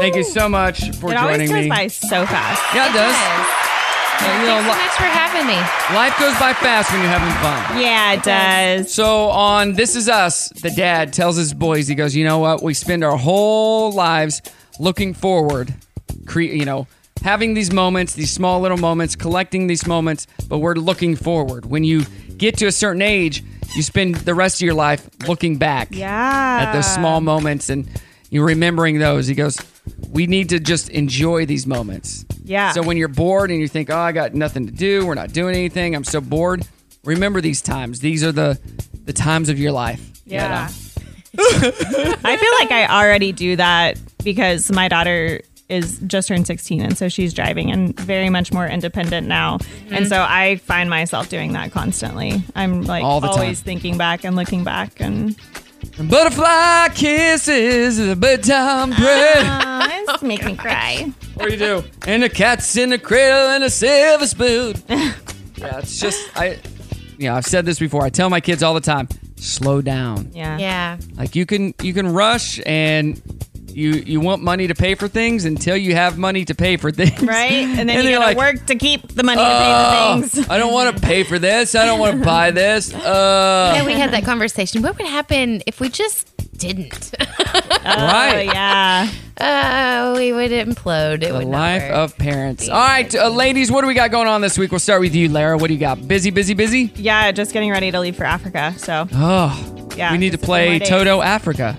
Thank you so much for
it
joining
always goes
me.
by so fast.
Yeah, it does. Yeah, you know,
Thanks so
li-
much for having me.
life goes by fast when you're having fun.
Yeah, it does.
So on This Is Us, the dad tells his boys, he goes, "You know what? We spend our whole lives looking forward, cre- you know, having these moments, these small little moments, collecting these moments, but we're looking forward. When you get to a certain age, you spend the rest of your life looking back."
Yeah.
at those small moments and you're remembering those. He goes, We need to just enjoy these moments.
Yeah.
So when you're bored and you think, Oh, I got nothing to do, we're not doing anything, I'm so bored. Remember these times. These are the the times of your life.
Yeah. I feel like I already do that because my daughter is just turned 16 and so she's driving and very much more independent now.
Mm-hmm.
And so I find myself doing that constantly. I'm like
All the time.
always thinking back and looking back <laughs> and
Butterfly kisses is a bedtime bread.
<laughs> Aw, it's Oh, making me cry.
what do you do? And the cat's in the cradle and a silver
<laughs>
spoon. yeah, it's just I Yeah, I've said this before. I tell my kids all the time, slow down.
Yeah.
Yeah.
Like you can you can rush and You you want money to pay for things until you have money to pay for things, <laughs>
right? And then you
you're like,
gotta work to keep the money
"Oh,
to pay for things. <laughs>
I don't want to pay for this. I don't want to buy this. Uh,
And we had that conversation. What would happen if we just didn't? <laughs>
Right.
Oh, yeah.
Uh, we would implode. It
the
would not
life
work.
of parents. All right, uh, ladies, what do we got going on this week? We'll start with you, Lara. What do you got? Busy, busy, busy.
Yeah, just getting ready to leave for Africa. So
Oh,
yeah,
we need to
just a few more
play
days.
Toto Africa.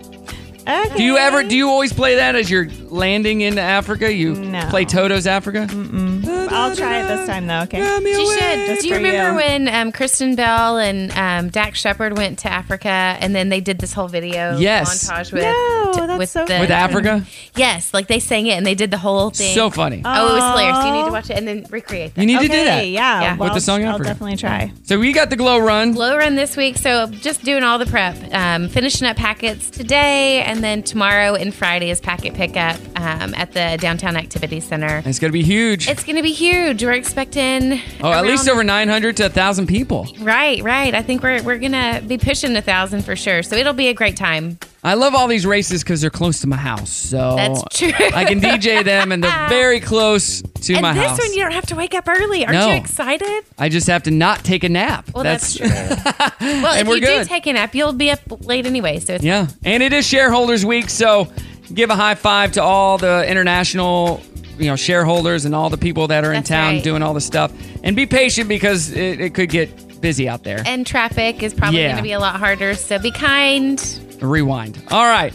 Okay.
Do you ever? Do you always play that as you're landing into Africa? You
No.
play Toto's Africa. Mm-mm.
I'll try it this time though. Okay.
She should.
Just
Do you
for
remember when um, Kristen Bell and um, Dak Shepard went to Africa, and then they did this whole video
Yes.
montage with t- with, the-
With Africa,
Yes, like they sang it and they did the whole thing.
So funny.
Oh, it was hilarious. You need to watch it and then recreate that.
you need to do that. with
Well,
the song
I'll
Africa.
definitely try.
So we got the glow run.
Glow run this week, so just doing all the prep, um, finishing up packets today, and then tomorrow and Friday is packet pickup um, at the downtown activity center.
It's gonna be huge.
It's going to be huge. We're expecting
oh, at least
around-
over 900 to 1,000 people.
Right, right. I think we're we're gonna be pushing a thousand for sure. So it'll be a great time.
I love all these races because they're close to my house. So
That's true.
Oh, I can DJ them, and they're very close to
<laughs> and
my
this
house.
one, you don't have to wake up early. Aren't
No.
you
<laughs>
excited?
I just have to not take a nap.
Well, that's,
<laughs>
true. well,
And
if
we're
you
good.
do take a nap, you'll be up late anyway. So it's
yeah. And it is shareholders week, so give a high five to all the international, you know, shareholders and all the people that are
That's
in town
right.
doing all the stuff. And be patient because it, it could get busy out there.
and traffic is probably
Yeah.
going to be a lot harder. So be kind.
Rewind. All right.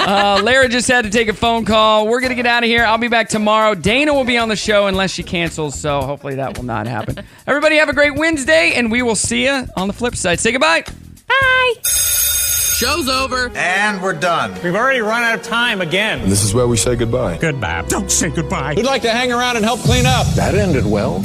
uh, Lara just had to take a phone call. We're going to get out of here. I'll be back tomorrow. Dana will be on the show unless she cancels, so hopefully that will not happen. Everybody have a great Wednesday, and we will see you on the flip side. Say goodbye.
Bye.
Show's over. And we're done. We've already run out of time again.
This is where we say goodbye. Goodbye. Don't say goodbye. We'd like to hang around and help clean up. That ended well.